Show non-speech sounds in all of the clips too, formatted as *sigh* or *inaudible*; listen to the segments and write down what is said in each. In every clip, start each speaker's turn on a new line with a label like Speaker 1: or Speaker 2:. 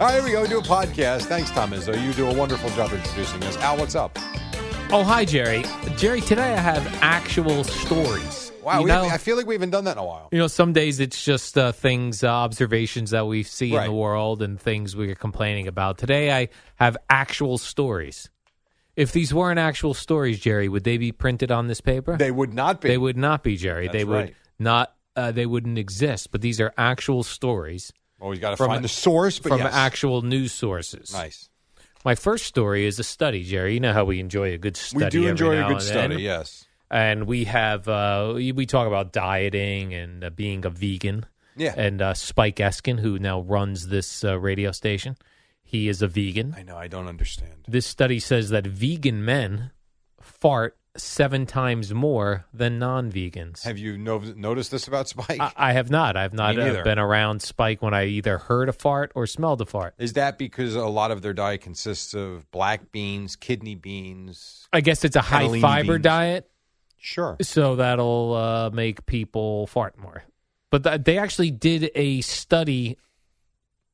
Speaker 1: All right, here we go. Do a podcast. Thanks, Tom Izzo. You do a wonderful job introducing us. Al, what's up?
Speaker 2: Oh, hi, Jerry. Jerry, today I have actual stories.
Speaker 1: Wow,
Speaker 2: you
Speaker 1: we
Speaker 2: know,
Speaker 1: haven't- I feel like we haven't done that in a while.
Speaker 2: you know, some days it's just uh, things, uh, observations that we see
Speaker 1: Right.
Speaker 2: in the world and things we're complaining about. Today I have actual stories. If these weren't actual stories, Jerry, would they be printed on this paper?
Speaker 1: They would not be.
Speaker 2: They would not be, Jerry.
Speaker 1: That's
Speaker 2: they would
Speaker 1: right.
Speaker 2: not. Uh, they wouldn't exist. But these are actual stories
Speaker 1: Always got to
Speaker 2: From
Speaker 1: Oh, find
Speaker 2: a-
Speaker 1: the source, but
Speaker 2: from
Speaker 1: yes.
Speaker 2: actual news sources.
Speaker 1: Nice.
Speaker 2: My first story is a study, Jerry. You know how we enjoy a good study.
Speaker 1: We do
Speaker 2: every
Speaker 1: enjoy
Speaker 2: now
Speaker 1: a good
Speaker 2: and
Speaker 1: study,
Speaker 2: then.
Speaker 1: yes.
Speaker 2: And we have uh, we we talk about dieting and uh, being a vegan.
Speaker 1: Yeah.
Speaker 2: And uh, Spike Eskin, who now runs this uh, radio station, he is a vegan.
Speaker 1: I know, I don't understand.
Speaker 2: This study says that vegan men fart seven times more than non-vegans.
Speaker 1: Have you no- noticed this about Spike?
Speaker 2: I, I have not. I've not
Speaker 1: Me
Speaker 2: uh,
Speaker 1: neither.
Speaker 2: been around Spike when I either heard a fart or smelled a fart.
Speaker 1: Is that because a lot of their diet consists of black beans, kidney beans?
Speaker 2: I guess it's a high
Speaker 1: Cannellini
Speaker 2: fiber
Speaker 1: beans.
Speaker 2: diet.
Speaker 1: Sure.
Speaker 2: So that'll uh, make people fart more. But th- they actually did a study.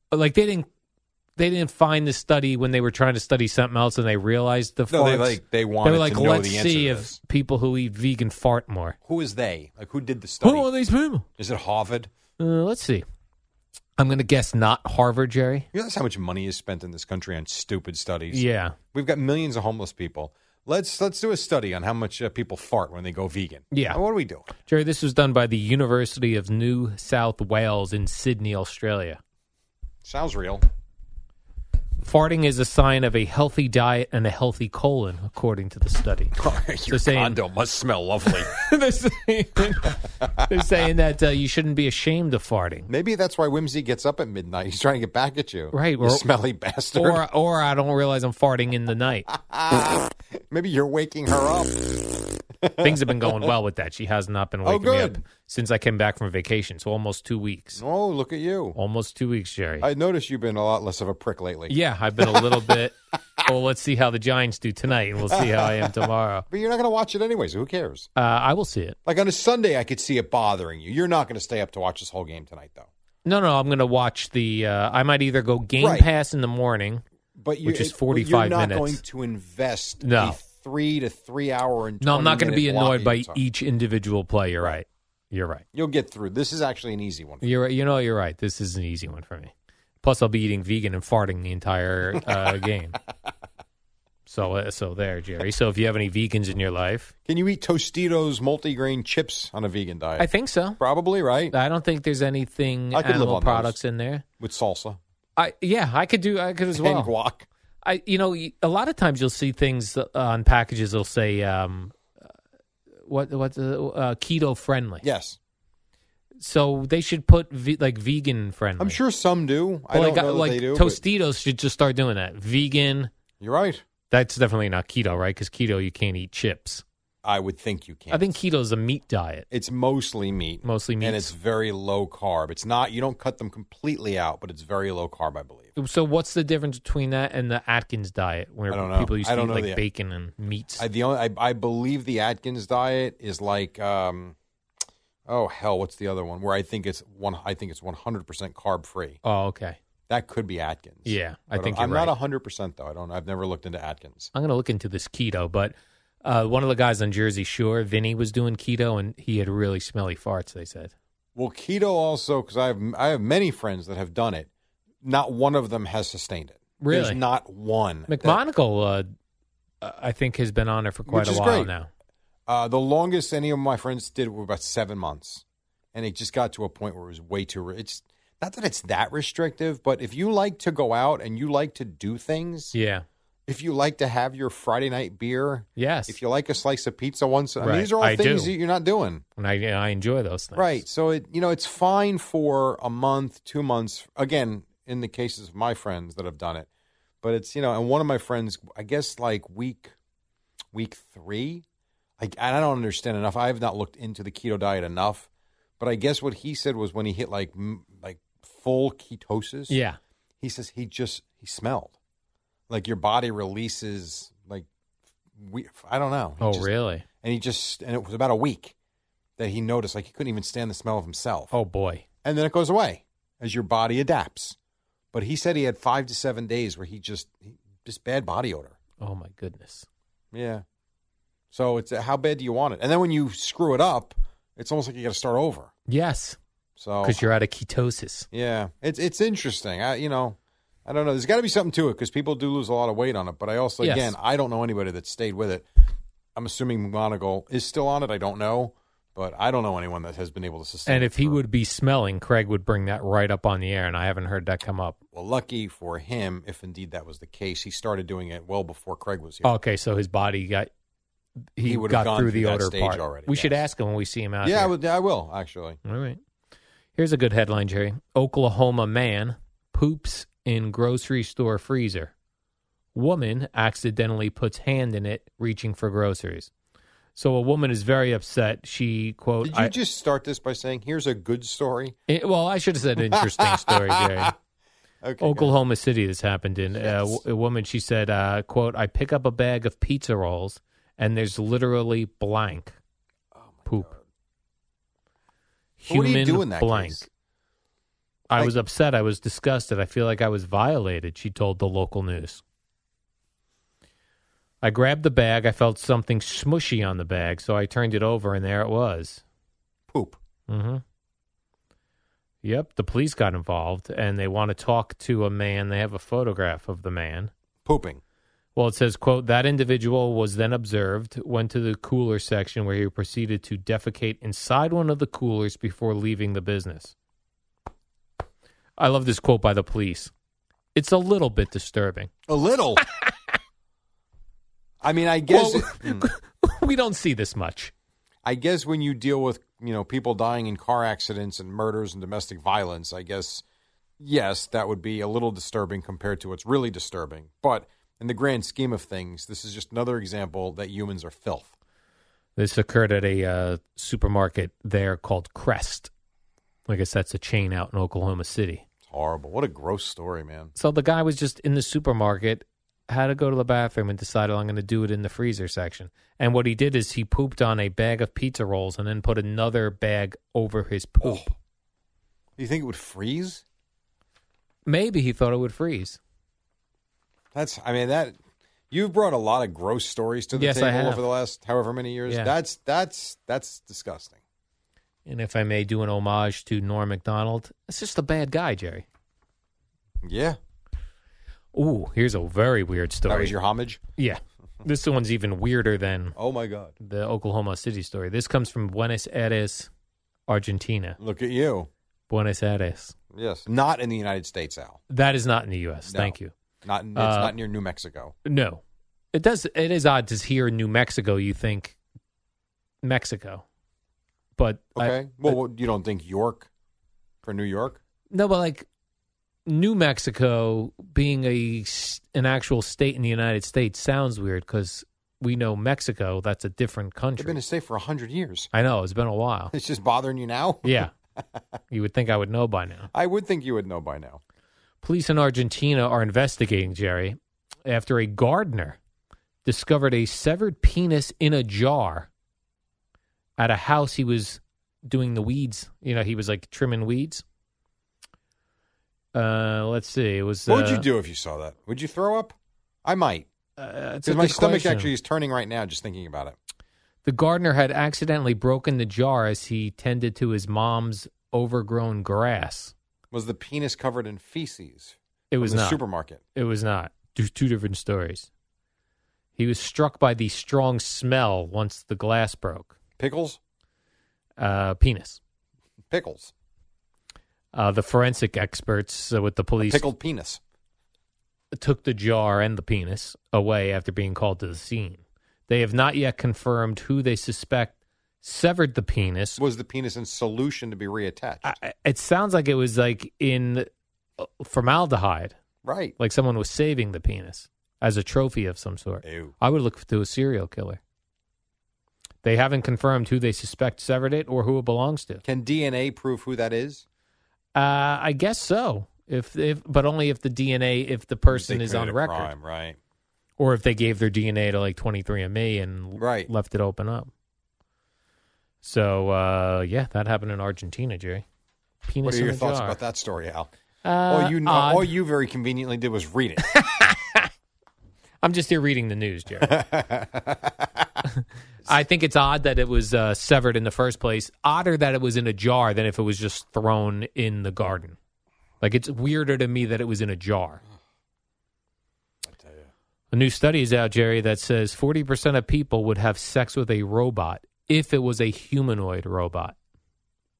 Speaker 2: Like they didn't, they didn't find the study when they were trying to study something else, and they realized the farts.
Speaker 1: No, they like they
Speaker 2: They
Speaker 1: wanted
Speaker 2: were like,
Speaker 1: to know
Speaker 2: let's
Speaker 1: the answer
Speaker 2: see
Speaker 1: to
Speaker 2: if
Speaker 1: this.
Speaker 2: people who eat vegan fart more.
Speaker 1: Who is they? Like who did the study?
Speaker 2: Who are these people?
Speaker 1: Is it Harvard?
Speaker 2: Uh, let's see. I'm gonna guess not Harvard, Jerry.
Speaker 1: You know that's how much money is spent in this country on stupid studies.
Speaker 2: Yeah,
Speaker 1: We've got millions of homeless people. Let's let's do a study on how much uh, people fart when they go vegan.
Speaker 2: Yeah.
Speaker 1: What are we doing?
Speaker 2: Jerry. This was done by the University of New South Wales in Sydney, Australia. *laughs*
Speaker 1: Sounds real.
Speaker 2: Farting is a sign of a healthy diet and a healthy colon, according to the
Speaker 1: *laughs*
Speaker 2: study.
Speaker 1: Your
Speaker 2: saying-
Speaker 1: condo must
Speaker 2: *laughs*
Speaker 1: smell lovely.
Speaker 2: they're, saying, they're saying that uh, you shouldn't be ashamed of farting.
Speaker 1: Maybe that's why Whimsy gets up at midnight. He's trying to get back at you.
Speaker 2: Right,
Speaker 1: You
Speaker 2: or-
Speaker 1: smelly bastard.
Speaker 2: Or, or I don't realize I'm farting in the night.
Speaker 1: *laughs* Maybe you're waking her up.
Speaker 2: Things have been going well with that. She has not been
Speaker 1: Oh,
Speaker 2: waking me up
Speaker 1: good.
Speaker 2: since I came back from vacation. So almost two weeks.
Speaker 1: Oh, look at you.
Speaker 2: Almost two weeks, Jerry.
Speaker 1: I noticed you've been a lot less of a prick lately.
Speaker 2: yeah, I've been a
Speaker 1: *laughs*
Speaker 2: little bit. Well, let's see how the Giants do tonight, and we'll see how I am tomorrow.
Speaker 1: But you're not going to watch it anyway, so who cares?
Speaker 2: Uh, I will see it.
Speaker 1: Like on a Sunday, I could see it bothering you. You're not going to stay up to watch this whole game tonight, though.
Speaker 2: No, no, I'm going to watch the. Uh, I might either go Game
Speaker 1: Right.
Speaker 2: Pass in the morning.
Speaker 1: But you,
Speaker 2: Which is
Speaker 1: it- but
Speaker 2: 45
Speaker 1: You're not
Speaker 2: minutes.
Speaker 1: going to invest
Speaker 2: No.
Speaker 1: a three to three hour and
Speaker 2: No, I'm not going to
Speaker 1: 20
Speaker 2: be
Speaker 1: minute block
Speaker 2: annoyed
Speaker 1: of
Speaker 2: by
Speaker 1: your time.
Speaker 2: each individual play. You're right. You're right.
Speaker 1: You'll get through. This is actually an easy one.
Speaker 2: You're you know you're right. This is an easy one for me. Plus, I'll be eating vegan and farting the entire
Speaker 1: *laughs*
Speaker 2: uh, game. So uh, so there, Jerry. So if you have any vegans in your life,
Speaker 1: Can you eat Tostitos multigrain chips on a vegan diet?
Speaker 2: I think so.
Speaker 1: Probably right
Speaker 2: I don't think there's anything
Speaker 1: I could live
Speaker 2: animal
Speaker 1: on those.
Speaker 2: products in there.
Speaker 1: with salsa
Speaker 2: I yeah, I could do. I could as
Speaker 1: and
Speaker 2: well.
Speaker 1: guac.
Speaker 2: I you know y- a lot of times you'll see things uh, on packages. They'll say um, uh, what what's uh, uh, keto friendly.
Speaker 1: Yes,
Speaker 2: So they should put ve- like vegan friendly.
Speaker 1: I'm sure some do. I
Speaker 2: Well, like,
Speaker 1: don't know that
Speaker 2: like
Speaker 1: they do. but
Speaker 2: Tostitos should just start doing that. Vegan.
Speaker 1: You're right.
Speaker 2: That's definitely not keto, right? Because keto, you can't eat chips.
Speaker 1: I would think you can.
Speaker 2: I think keto is a meat diet.
Speaker 1: it's mostly meat.
Speaker 2: Mostly
Speaker 1: And
Speaker 2: meats.
Speaker 1: it's very low carb. It's not. You don't cut them completely out, but it's very low carb. I believe.
Speaker 2: So what's the difference between that and the Atkins diet, where
Speaker 1: I don't know.
Speaker 2: people used
Speaker 1: I
Speaker 2: to eat
Speaker 1: don't know
Speaker 2: like
Speaker 1: the-
Speaker 2: bacon and meats?
Speaker 1: I the only, I, I believe the Atkins diet is like um, oh hell, what's the other one? Where I think it's one. I think it's 100 percent carb free.
Speaker 2: oh, okay.
Speaker 1: That could be Atkins.
Speaker 2: Yeah, I
Speaker 1: don't-
Speaker 2: think you're
Speaker 1: I'm
Speaker 2: right.
Speaker 1: not 100 percent though. I don't. I've never looked into Atkins.
Speaker 2: I'm gonna look into this keto, but uh, one of the guys on Jersey Shore, Vinny, was doing keto, and he had really smelly farts. They said.
Speaker 1: Well, keto also because I have I have many friends that have done it. Not one of them has sustained it.
Speaker 2: Really?
Speaker 1: There's not one. that-
Speaker 2: McMonagle, uh, I think, has been on it for quite
Speaker 1: Which
Speaker 2: a
Speaker 1: is
Speaker 2: while
Speaker 1: great.
Speaker 2: now.
Speaker 1: Uh, the longest any of my friends did were about seven months, and it just got to a point where it was way too. Re- it's not that it's that restrictive, but if you like to go out and you like to do things,
Speaker 2: Yeah.
Speaker 1: if you like to have your Friday night beer,
Speaker 2: Yes.
Speaker 1: if you like a slice of pizza once, I mean,
Speaker 2: Right.
Speaker 1: these are all
Speaker 2: I
Speaker 1: things
Speaker 2: do.
Speaker 1: that you're not doing.
Speaker 2: and I, I enjoy those things.
Speaker 1: Right. So it you know it's fine for a month, two months. Again, in the cases of my friends that have done it, but it's you know, and one of my friends, I guess like week, week three, I and I don't understand enough. I have not looked into the keto diet enough, but I guess what he said was when he hit like m- like full ketosis,
Speaker 2: Yeah.
Speaker 1: he says he just he smelled like your body releases like we I don't know. He
Speaker 2: Oh,
Speaker 1: just-
Speaker 2: really?
Speaker 1: and he just and it was about a week that he noticed like he couldn't even stand the smell of himself
Speaker 2: Oh boy.
Speaker 1: and then it goes away as your body adapts but he said he had five to seven days where he just he, just bad body odor
Speaker 2: Oh my goodness.
Speaker 1: yeah so it's uh, how bad do you want it and then when you screw it up it's almost like you got to start over
Speaker 2: Yes,
Speaker 1: so
Speaker 2: because you're out of ketosis.
Speaker 1: yeah it's it's interesting i you know i don't know there's got to be something to it because people do lose a lot of weight on it but i also
Speaker 2: Yes.
Speaker 1: again i don't know anybody that stayed with it i'm assuming McGonagall is still on it i don't know but i don't know anyone that has been able to sustain
Speaker 2: And
Speaker 1: it
Speaker 2: if he
Speaker 1: for-
Speaker 2: would be smelling, Craig would bring that right up on the air, and I haven't heard that come up.
Speaker 1: Well, lucky for him, if indeed that was the case, he started doing it well before Craig was here.
Speaker 2: Okay, so his body got he,
Speaker 1: He would
Speaker 2: got
Speaker 1: have gone
Speaker 2: through
Speaker 1: through
Speaker 2: the
Speaker 1: that
Speaker 2: odor
Speaker 1: stage
Speaker 2: part.
Speaker 1: already,
Speaker 2: we should
Speaker 1: yes.
Speaker 2: ask him when we see him out.
Speaker 1: yeah, I,
Speaker 2: here.
Speaker 1: would, I will actually.
Speaker 2: All right. Here's a good headline, Jerry. Oklahoma man poops in grocery store freezer. Woman accidentally puts hand in it, reaching for groceries. So a woman is very upset. She quote,
Speaker 1: Did you
Speaker 2: I-
Speaker 1: just start this by saying, "Here's a good story"?
Speaker 2: It- Eh, well, I should have said interesting
Speaker 1: *laughs*
Speaker 2: story, Jerry.
Speaker 1: Okay, good.
Speaker 2: Oklahoma City, this happened in uh, w-
Speaker 1: Yes.
Speaker 2: a woman. She said, uh, "quote I pick up a bag of pizza rolls, and there's literally blank
Speaker 1: Oh,
Speaker 2: poop.
Speaker 1: What do
Speaker 2: Human
Speaker 1: you do in that
Speaker 2: blank.
Speaker 1: case?
Speaker 2: I
Speaker 1: Like-
Speaker 2: was upset. I was disgusted. I feel like I was violated." She told the local news. I grabbed the bag. I felt something smushy on the bag, so I turned it over, and there it was.
Speaker 1: poop.
Speaker 2: Mm-hmm. Yep, the police got involved and they want to talk to a man. They have a photograph of the man.
Speaker 1: Pooping.
Speaker 2: Well, it says, quote, that individual was then observed, went to the cooler section where he proceeded to defecate inside one of the coolers before leaving the business. I love this quote by the police. It's a little bit disturbing. *laughs*
Speaker 1: A little. I mean, I guess. hmm.
Speaker 2: Well- we don't see this much.
Speaker 1: I guess when you deal with you know people dying in car accidents and murders and domestic violence, I guess yes, that would be a little disturbing compared to what's really disturbing. But in the grand scheme of things, this is just another example that humans are filth.
Speaker 2: This occurred at a uh, supermarket there called Crest. I guess that's a chain out in Oklahoma City.
Speaker 1: It's horrible. What a gross story, man.
Speaker 2: So the guy was just in the supermarket, had to go to the bathroom, and decided I'm going to do it in the freezer section. And what he did is he pooped on a bag of pizza rolls and then put another bag over his poop.
Speaker 1: Oh. Do you think it would freeze?
Speaker 2: Maybe he thought it would freeze.
Speaker 1: That's. I mean that. You've brought a lot of gross stories to the
Speaker 2: Yes, I
Speaker 1: table
Speaker 2: have.
Speaker 1: over the last however many years.
Speaker 2: Yeah.
Speaker 1: That's that's that's disgusting.
Speaker 2: And if I may do an homage to Norm MacDonald, it's just a bad guy, Jerry.
Speaker 1: Yeah,
Speaker 2: Ooh, here's a very weird
Speaker 1: that
Speaker 2: story.
Speaker 1: was your homage.
Speaker 2: yeah. This one's even weirder than
Speaker 1: Oh my God!
Speaker 2: the Oklahoma City story. This comes from Buenos Aires, Argentina.
Speaker 1: Look at you.
Speaker 2: Buenos Aires.
Speaker 1: Yes, not in the United States, Al.
Speaker 2: That is not in the U.S.
Speaker 1: No.
Speaker 2: Thank you.
Speaker 1: Not it's
Speaker 2: Uh,
Speaker 1: not near New Mexico.
Speaker 2: No, it does. It is odd to hear New Mexico. You think Mexico, but I-
Speaker 1: Okay. well, what- you don't think York for New York?
Speaker 2: No, but like New Mexico being a s- an actual state in the United States sounds weird because we know Mexico that's a different
Speaker 1: They've
Speaker 2: country.
Speaker 1: been a state for hundred years. *laughs*
Speaker 2: I know it's been a while.
Speaker 1: It's just bothering you now.
Speaker 2: yeah, you would think I would know by now.
Speaker 1: I would think you would know by now.
Speaker 2: Police in Argentina are investigating Jerry after a gardener discovered a severed penis in a jar at a house he was doing the weeds. You know, he was like trimming weeds. Uh, let's see. It was
Speaker 1: what would you
Speaker 2: uh,
Speaker 1: do if you saw that? Would you throw up? I might.
Speaker 2: Uh, it's a
Speaker 1: Because my
Speaker 2: good
Speaker 1: stomach
Speaker 2: question.
Speaker 1: actually is turning right now just thinking about it.
Speaker 2: The gardener had accidentally broken the jar as he tended to his mom's overgrown grass.
Speaker 1: Was the penis covered in feces?
Speaker 2: It
Speaker 1: from
Speaker 2: was
Speaker 1: the
Speaker 2: not.
Speaker 1: supermarket.
Speaker 2: It was not. Two, two different stories. He was struck by the strong smell once the glass broke.
Speaker 1: Pickles?
Speaker 2: Uh, penis.
Speaker 1: Pickles.
Speaker 2: Uh, the forensic experts uh, with the police
Speaker 1: Pickled penis.
Speaker 2: took the jar and the penis away after being called to the scene. They have not yet confirmed who they suspect severed the penis
Speaker 1: Was the penis in solution to be reattached?
Speaker 2: I, I- it sounds like it was like in uh, formaldehyde,
Speaker 1: right.
Speaker 2: like someone was saving the penis as a trophy of some sort.
Speaker 1: Ew.
Speaker 2: I would look to a serial killer. They haven't confirmed who they suspect severed it or who it belongs to.
Speaker 1: Can DNA prove who that is?
Speaker 2: Uh, I guess so. If, if but only if the DNA if the person
Speaker 1: They
Speaker 2: is on
Speaker 1: committed a
Speaker 2: record
Speaker 1: crime, right.
Speaker 2: or if they gave their DNA to like 23andMe and
Speaker 1: Right.
Speaker 2: left it open up. So uh, yeah, that happened in Argentina, Jerry. Penis
Speaker 1: What are
Speaker 2: in
Speaker 1: your
Speaker 2: a
Speaker 1: thoughts
Speaker 2: jar.
Speaker 1: about that story, Al?
Speaker 2: Uh,
Speaker 1: all you
Speaker 2: odd.
Speaker 1: all you very conveniently did was read it. *laughs*
Speaker 2: I'm just here reading the news, Jerry. I think it's odd that it was uh, severed in the first place. Odder that it was in a jar than if it was just thrown in the garden. Like it's weirder to me that it was in a jar. A new study is out, Jerry, that says 40% of people would have sex with a robot if it was a humanoid robot.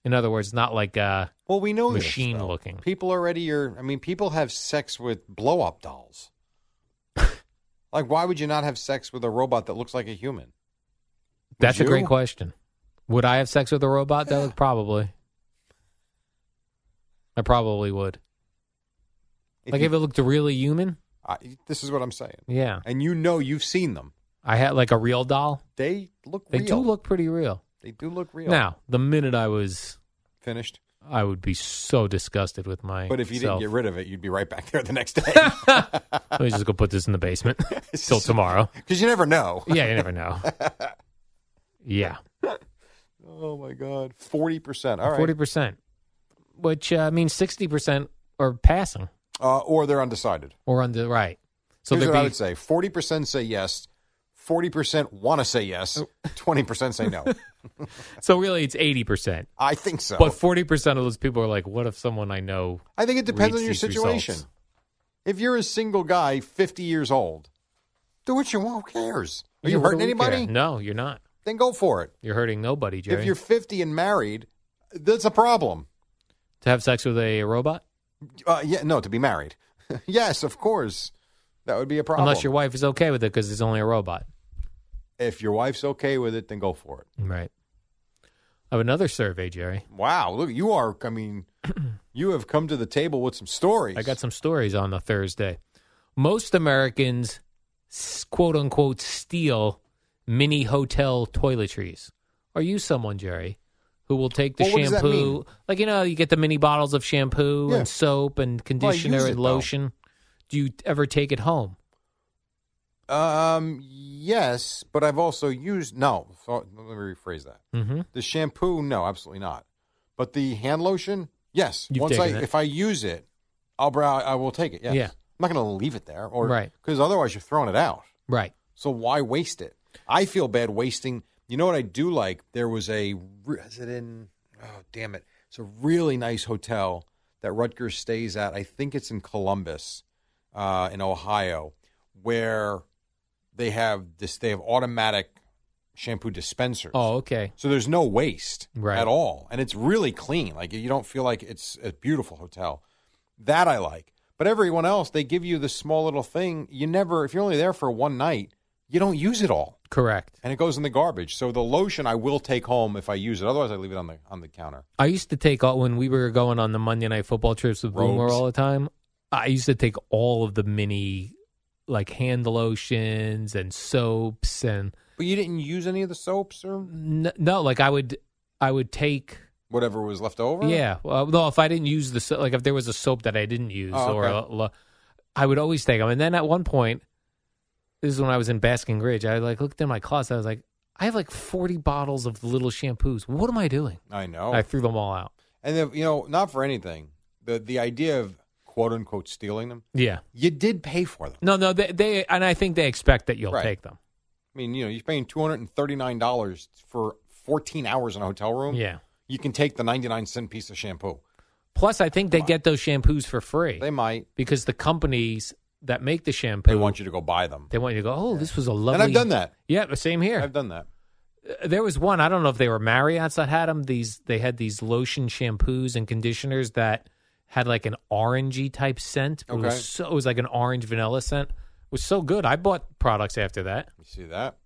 Speaker 2: In other words, not like uh,
Speaker 1: well, we know this,
Speaker 2: Machine
Speaker 1: though.
Speaker 2: looking.
Speaker 1: people already are. I mean, people have sex with blow
Speaker 2: *laughs*
Speaker 1: up dolls. like, why would you not have sex with a robot that looks like a human?
Speaker 2: that's a
Speaker 1: you?
Speaker 2: great question. Would I have sex with a robot? That would probably. I probably would.
Speaker 1: If
Speaker 2: like
Speaker 1: you-
Speaker 2: if it looked really human,
Speaker 1: I, this is what I'm saying,
Speaker 2: yeah.
Speaker 1: and you know you've seen them.
Speaker 2: I had like a real doll.
Speaker 1: They look.
Speaker 2: They
Speaker 1: real.
Speaker 2: do look pretty real.
Speaker 1: They do look real.
Speaker 2: Now, the minute I was,
Speaker 1: finished.
Speaker 2: I would be so disgusted with my.
Speaker 1: But if you didn't get rid of it, you'd be right back there the
Speaker 2: *laughs*
Speaker 1: next day *laughs*
Speaker 2: let me just go put this in the basement till
Speaker 1: *laughs*
Speaker 2: tomorrow.
Speaker 1: because you never know.
Speaker 2: Yeah, you never know. Yeah,
Speaker 1: Oh my God, forty percent. All right,
Speaker 2: forty percent, which uh, means sixty percent are passing
Speaker 1: Uh, or they're undecided.
Speaker 2: or on the right. So
Speaker 1: Here's
Speaker 2: there'd be
Speaker 1: what I would say: forty percent say yes, forty percent want to say yes,
Speaker 2: Oh.
Speaker 1: *laughs* twenty percent
Speaker 2: *laughs*
Speaker 1: say no.
Speaker 2: so really it's eighty percent,
Speaker 1: I think so.
Speaker 2: but forty percent of those people are like, "What if someone I know?"
Speaker 1: I think it depends
Speaker 2: reads
Speaker 1: on your
Speaker 2: these
Speaker 1: situation.
Speaker 2: results.
Speaker 1: If you're a single guy, fifty years old, do what you want. Who cares? Are
Speaker 2: Yeah,
Speaker 1: you
Speaker 2: what do
Speaker 1: hurting
Speaker 2: we
Speaker 1: anybody?
Speaker 2: care? No, you're not.
Speaker 1: Then go for it.
Speaker 2: You're hurting nobody, Jerry.
Speaker 1: If you're fifty and married, that's a problem.
Speaker 2: to have sex with a robot,
Speaker 1: Uh, yeah, no, to be married. *laughs* yes, of course, that would be a problem.
Speaker 2: unless your wife is okay with it because it's only a robot.
Speaker 1: if your wife's okay with it, then go for it.
Speaker 2: Right. I have another survey, Jerry.
Speaker 1: Wow, look, you are. I mean, *clears throat* you have come to the table with some stories.
Speaker 2: I got some stories on a Thursday. Most Americans, s- quote unquote, steal mini hotel toiletries. Are you someone, Jerry, who will take the
Speaker 1: Well, what does that
Speaker 2: shampoo?
Speaker 1: mean?
Speaker 2: Like, you know, you get the mini bottles of shampoo
Speaker 1: Yeah.
Speaker 2: and soap and conditioner
Speaker 1: use it,
Speaker 2: and
Speaker 1: though.
Speaker 2: lotion. Do you ever take it home?
Speaker 1: Um, yes, but I've also used no. So, let me rephrase that.
Speaker 2: Mm-hmm.
Speaker 1: The shampoo, no, absolutely not. But the hand lotion, yes.
Speaker 2: You've
Speaker 1: Once I,
Speaker 2: taken it.
Speaker 1: if I use it, I'll brow. I will take it. Yes.
Speaker 2: Yeah.
Speaker 1: I'm not going to leave it there, or
Speaker 2: Right.
Speaker 1: because otherwise you're throwing it out.
Speaker 2: Right.
Speaker 1: So why waste it? I feel bad wasting. You know what I do like? There was a re- is it in? Oh damn it! It's a really nice hotel that Rutgers stays at. I think it's in Columbus, uh, in Ohio, where they have this. They have automatic shampoo dispensers.
Speaker 2: Oh, okay.
Speaker 1: So there's no waste
Speaker 2: Right.
Speaker 1: at all, and it's really clean. Like you don't feel like it's a beautiful hotel. That I like. But everyone else, they give you this small little thing. You never, if you're only there for one night, you don't use it all,
Speaker 2: Correct.
Speaker 1: and it goes in the garbage. So the lotion I will take home if I use it. Otherwise, I leave it on the on the counter.
Speaker 2: I used to take all when we were going on the Monday night football trips with Boomer
Speaker 1: Robes.
Speaker 2: all the time. I used to take all of the mini, like hand lotions and soaps and
Speaker 1: But you didn't use any of the soaps or
Speaker 2: n- no, like I would, I would take
Speaker 1: whatever was left over.
Speaker 2: yeah. Well, no, if I didn't use the so- like if there was a soap that I didn't use
Speaker 1: Oh,
Speaker 2: or a,
Speaker 1: okay.
Speaker 2: lo- I would always take them. And then at one point, this is when I was in Basking Ridge. I like looked in my closet. I was like, I have like forty bottles of little shampoos. What am I doing?
Speaker 1: I know.
Speaker 2: I threw them all out.
Speaker 1: and then, you know, not for anything. The the idea of quote unquote stealing them,
Speaker 2: Yeah.
Speaker 1: you did pay for them.
Speaker 2: No, no, they, they and I think they expect that you'll
Speaker 1: Right.
Speaker 2: take them.
Speaker 1: I mean, you know, you're paying two hundred and thirty nine dollars for fourteen hours in a hotel room.
Speaker 2: Yeah.
Speaker 1: you can take the ninety nine cent piece of shampoo.
Speaker 2: Plus, I think they get those shampoos for free
Speaker 1: They might.
Speaker 2: because the companies that make the shampoo
Speaker 1: They want you to go buy them.
Speaker 2: They want you to go. Oh, this was a lovely.
Speaker 1: And I've done that.
Speaker 2: Yeah, the same here.
Speaker 1: I've done that.
Speaker 2: Uh, there was one. I don't know if they were Marriott's that had them. These they had these lotion shampoos and conditioners that had like an orangey type scent. It
Speaker 1: Okay.
Speaker 2: was so it was like an orange vanilla scent. It was so good. I bought products after that.
Speaker 1: You see that?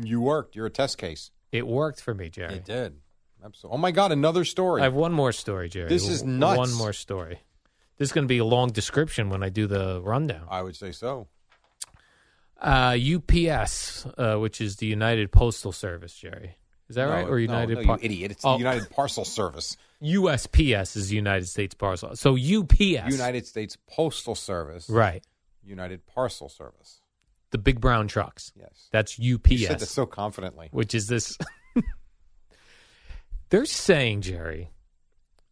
Speaker 1: You worked. You're a test case.
Speaker 2: It worked for me, Jerry.
Speaker 1: It did. Absolutely. Oh my God! Another story.
Speaker 2: I have one more story, Jerry.
Speaker 1: This is
Speaker 2: W-
Speaker 1: nuts.
Speaker 2: One more story. This is going to be a long description when I do the rundown.
Speaker 1: I would say so.
Speaker 2: Uh, UPS, uh, which is the United Postal Service, Jerry. Is that
Speaker 1: No,
Speaker 2: right?
Speaker 1: no,
Speaker 2: Or United
Speaker 1: no,
Speaker 2: Par-
Speaker 1: you idiot! It's
Speaker 2: Oh,
Speaker 1: the United
Speaker 2: *laughs*
Speaker 1: Parcel Service.
Speaker 2: USPS is United States Parcel. So UPS.
Speaker 1: United States Postal Service.
Speaker 2: Right.
Speaker 1: United Parcel Service.
Speaker 2: The big brown trucks.
Speaker 1: Yes.
Speaker 2: That's
Speaker 1: You said that
Speaker 2: UPS,
Speaker 1: so confidently.
Speaker 2: which is this. *laughs* They're saying, Jerry,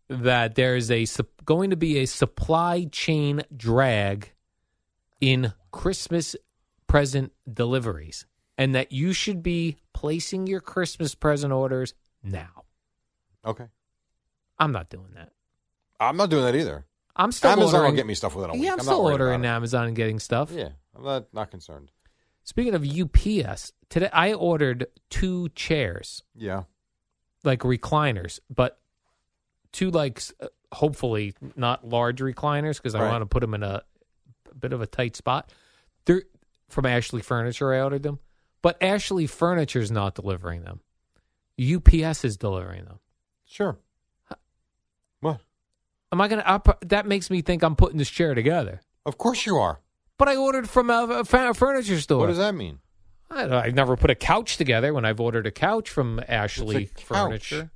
Speaker 2: that there is a sup- going to be a supply chain drag in Christmas present deliveries, and that you should be placing your Christmas present orders now.
Speaker 1: Okay.
Speaker 2: I'm not doing that.
Speaker 1: I'm not doing that either.
Speaker 2: I'm still
Speaker 1: Amazon
Speaker 2: ordering.
Speaker 1: will get me stuff within a week.
Speaker 2: yeah, I'm,
Speaker 1: not
Speaker 2: still
Speaker 1: worried
Speaker 2: ordering
Speaker 1: about
Speaker 2: Amazon and getting
Speaker 1: it.
Speaker 2: stuff.
Speaker 1: Yeah, I'm not, not concerned.
Speaker 2: Speaking of UPS, today I ordered two chairs,
Speaker 1: Yeah.
Speaker 2: like recliners, but two like s- uh, hopefully not large recliners because I
Speaker 1: Right.
Speaker 2: want to put them in a, a bit of a tight spot. They're from Ashley Furniture. I ordered them, but Ashley Furniture's not delivering them. UPS is delivering them.
Speaker 1: Sure. What?
Speaker 2: Am I gonna? I, pro- that makes me think I'm putting this chair together.
Speaker 1: Of course you are.
Speaker 2: But I ordered from a, a fu- a furniture store.
Speaker 1: What does that mean?
Speaker 2: I don't know, I've never put a couch together when I've ordered a couch from Ashley
Speaker 1: couch?
Speaker 2: Furniture.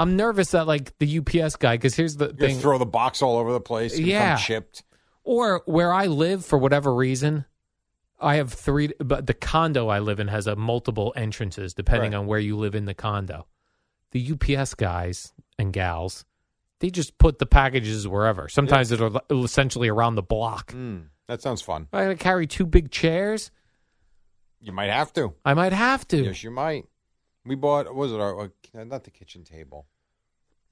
Speaker 2: I'm nervous that like the UPS guy because here's the
Speaker 1: You're
Speaker 2: thing,
Speaker 1: gonna throw the box all over the place. it'll
Speaker 2: Yeah.
Speaker 1: Become chipped.
Speaker 2: or where I live for whatever reason, I have three. But the condo I live in has a multiple entrances depending
Speaker 1: Right.
Speaker 2: on where you live in the condo. The UPS guys and gals, they just put the packages wherever. Sometimes it'll essentially around the block.
Speaker 1: Mm, that sounds fun.
Speaker 2: I gotta carry two big chairs.
Speaker 1: You might have to.
Speaker 2: I might have to.
Speaker 1: Yes, you might. We bought. What was it our? uh, Not the kitchen table.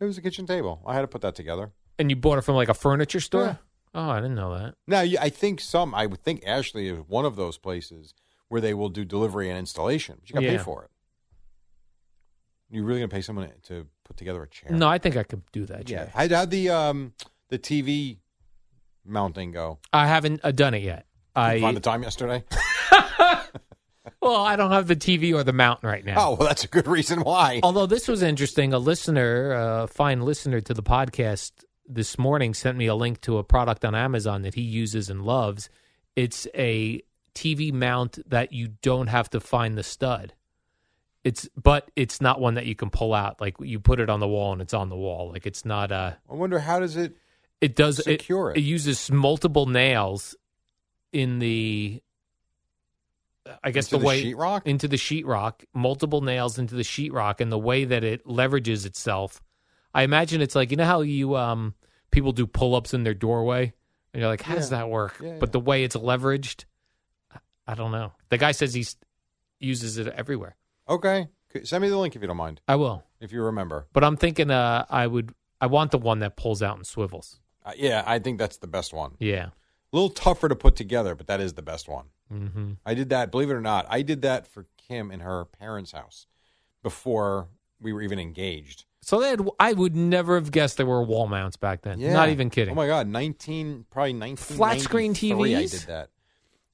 Speaker 1: It was a kitchen table. I had to put that together.
Speaker 2: And you bought it from like a furniture store?
Speaker 1: Yeah.
Speaker 2: Oh, I didn't know that.
Speaker 1: Now, you- I think some, I would think Ashley is one of those places where they will do delivery and installation, but you got to
Speaker 2: Yeah.
Speaker 1: pay for it. You really going to pay someone to put together a chair?
Speaker 2: No, I think I could do that.
Speaker 1: yeah.
Speaker 2: Yeah.
Speaker 1: How'd, how'd the um the TV mounting go?
Speaker 2: I haven't uh, done it yet.
Speaker 1: Did you find
Speaker 2: I
Speaker 1: the
Speaker 2: *laughs*
Speaker 1: time yesterday.
Speaker 2: well, I don't have the TV or the mountain right now.
Speaker 1: *laughs* Oh well, that's a good reason why.
Speaker 2: Although this was interesting, a listener, a fine listener to the podcast this morning, sent me a link to a product on Amazon that he uses and loves. It's a TV mount that you don't have to find the stud. It's but it's not one that you can pull out. Like you put it on the wall and it's on the wall. Like it's not a.
Speaker 1: I wonder how does it?
Speaker 2: it does it-
Speaker 1: Secure it.
Speaker 2: it. uses multiple nails in the I guess
Speaker 1: Into
Speaker 2: the
Speaker 1: the
Speaker 2: way
Speaker 1: sheetrock?
Speaker 2: into the sheetrock, multiple nails into the sheetrock, and the way that it leverages itself. I imagine it's like you know how you um people do pull ups in their doorway, and you're like, how does
Speaker 1: Yeah.
Speaker 2: that work?
Speaker 1: Yeah,
Speaker 2: but
Speaker 1: yeah.
Speaker 2: the way it's leveraged, I- I don't know. The guy says he uses it everywhere.
Speaker 1: Okay, C- send me the link if you don't mind,
Speaker 2: I will,
Speaker 1: if you remember.
Speaker 2: but I'm thinking uh I would I want the one that pulls out and swivels.
Speaker 1: Uh, yeah, I think that's the best one.
Speaker 2: Yeah.
Speaker 1: A little tougher to put together, but that is the best one.
Speaker 2: hmm
Speaker 1: I did that, believe it or not. I did that for Kim in her parents' house before we were even engaged.
Speaker 2: So they had, I would never have guessed there were wall mounts back then. Not even kidding.
Speaker 1: Oh my god, nineteen, probably nineteen.
Speaker 2: Flat screen
Speaker 1: I
Speaker 2: TVs?
Speaker 1: did that,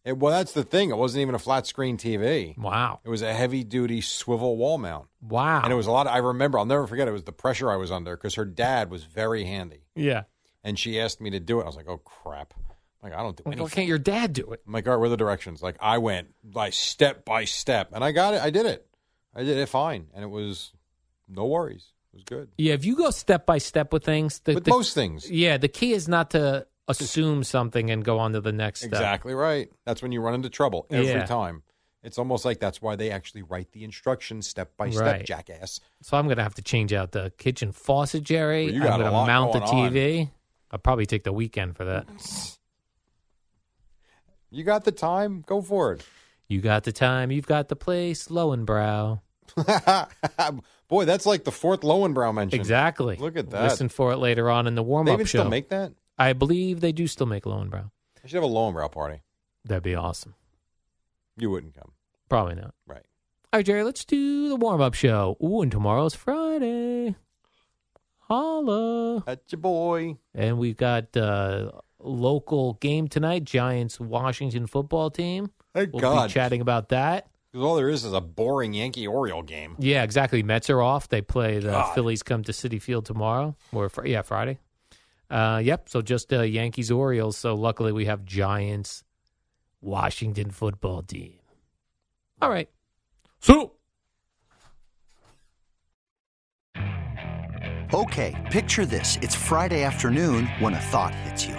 Speaker 1: It, well, that's the thing. It wasn't even a flat screen TV.
Speaker 2: Wow.
Speaker 1: It was a heavy duty swivel wall mount.
Speaker 2: Wow.
Speaker 1: And it was a lot. I remember, I'll never forget, it was the pressure I was under because her dad was very handy.
Speaker 2: yeah.
Speaker 1: And she asked me to do it. I was like, oh, crap. Like, I don't do
Speaker 2: Like,
Speaker 1: anything.
Speaker 2: why can't your dad do it?
Speaker 1: I'm like, all right, where are the directions? Like, I went like step by step and I got it. I did it. I did it fine. And it was no worries. It was good.
Speaker 2: Yeah, if you go step by step with things, the,
Speaker 1: With
Speaker 2: the-
Speaker 1: most things.
Speaker 2: yeah, the key is not
Speaker 1: *laughs*
Speaker 2: to assume something and go on to the next step.
Speaker 1: Exactly right. That's when you run into trouble every
Speaker 2: Yeah.
Speaker 1: time. It's almost like that's why they actually write the instructions step by step,
Speaker 2: Right.
Speaker 1: jackass.
Speaker 2: So I'm gonna have to change out the kitchen faucet, Jerry.
Speaker 1: Well, you got
Speaker 2: I'm
Speaker 1: a
Speaker 2: gonna
Speaker 1: lot
Speaker 2: mount the
Speaker 1: going on.
Speaker 2: TV. I'll probably take the weekend for that.
Speaker 1: You got the time, go for it.
Speaker 2: You got the time, you've got the place, low and brow.
Speaker 1: *laughs* Boy, that's like the fourth Lowenbrow mention.
Speaker 2: Exactly.
Speaker 1: Look at that.
Speaker 2: Listen for it later on in the warm
Speaker 1: They
Speaker 2: up
Speaker 1: even
Speaker 2: show.
Speaker 1: still make that?
Speaker 2: I believe they do still make low and brow.
Speaker 1: They should have a Lowenbrow party.
Speaker 2: That'd be awesome.
Speaker 1: You wouldn't come.
Speaker 2: Probably not.
Speaker 1: Right.
Speaker 2: All right, Jerry, let's do the warm up show. Ooh, and tomorrow's Friday. Holla.
Speaker 1: That's your boy.
Speaker 2: And we've got uh, local game tonight Giants Washington football team.
Speaker 1: Thank
Speaker 2: We'll
Speaker 1: God.
Speaker 2: be chatting about that.
Speaker 1: Because all there is is a boring Yankee Oriole game.
Speaker 2: Yeah, exactly. Mets are off. They play the
Speaker 1: God.
Speaker 2: Phillies come to City Field tomorrow or fr- yeah, Friday. Uh, yep. So just uh, Yankees Orioles. So luckily we have Giants Washington football team. All right. So
Speaker 3: Okay, picture this. It's Friday afternoon when a thought hits you.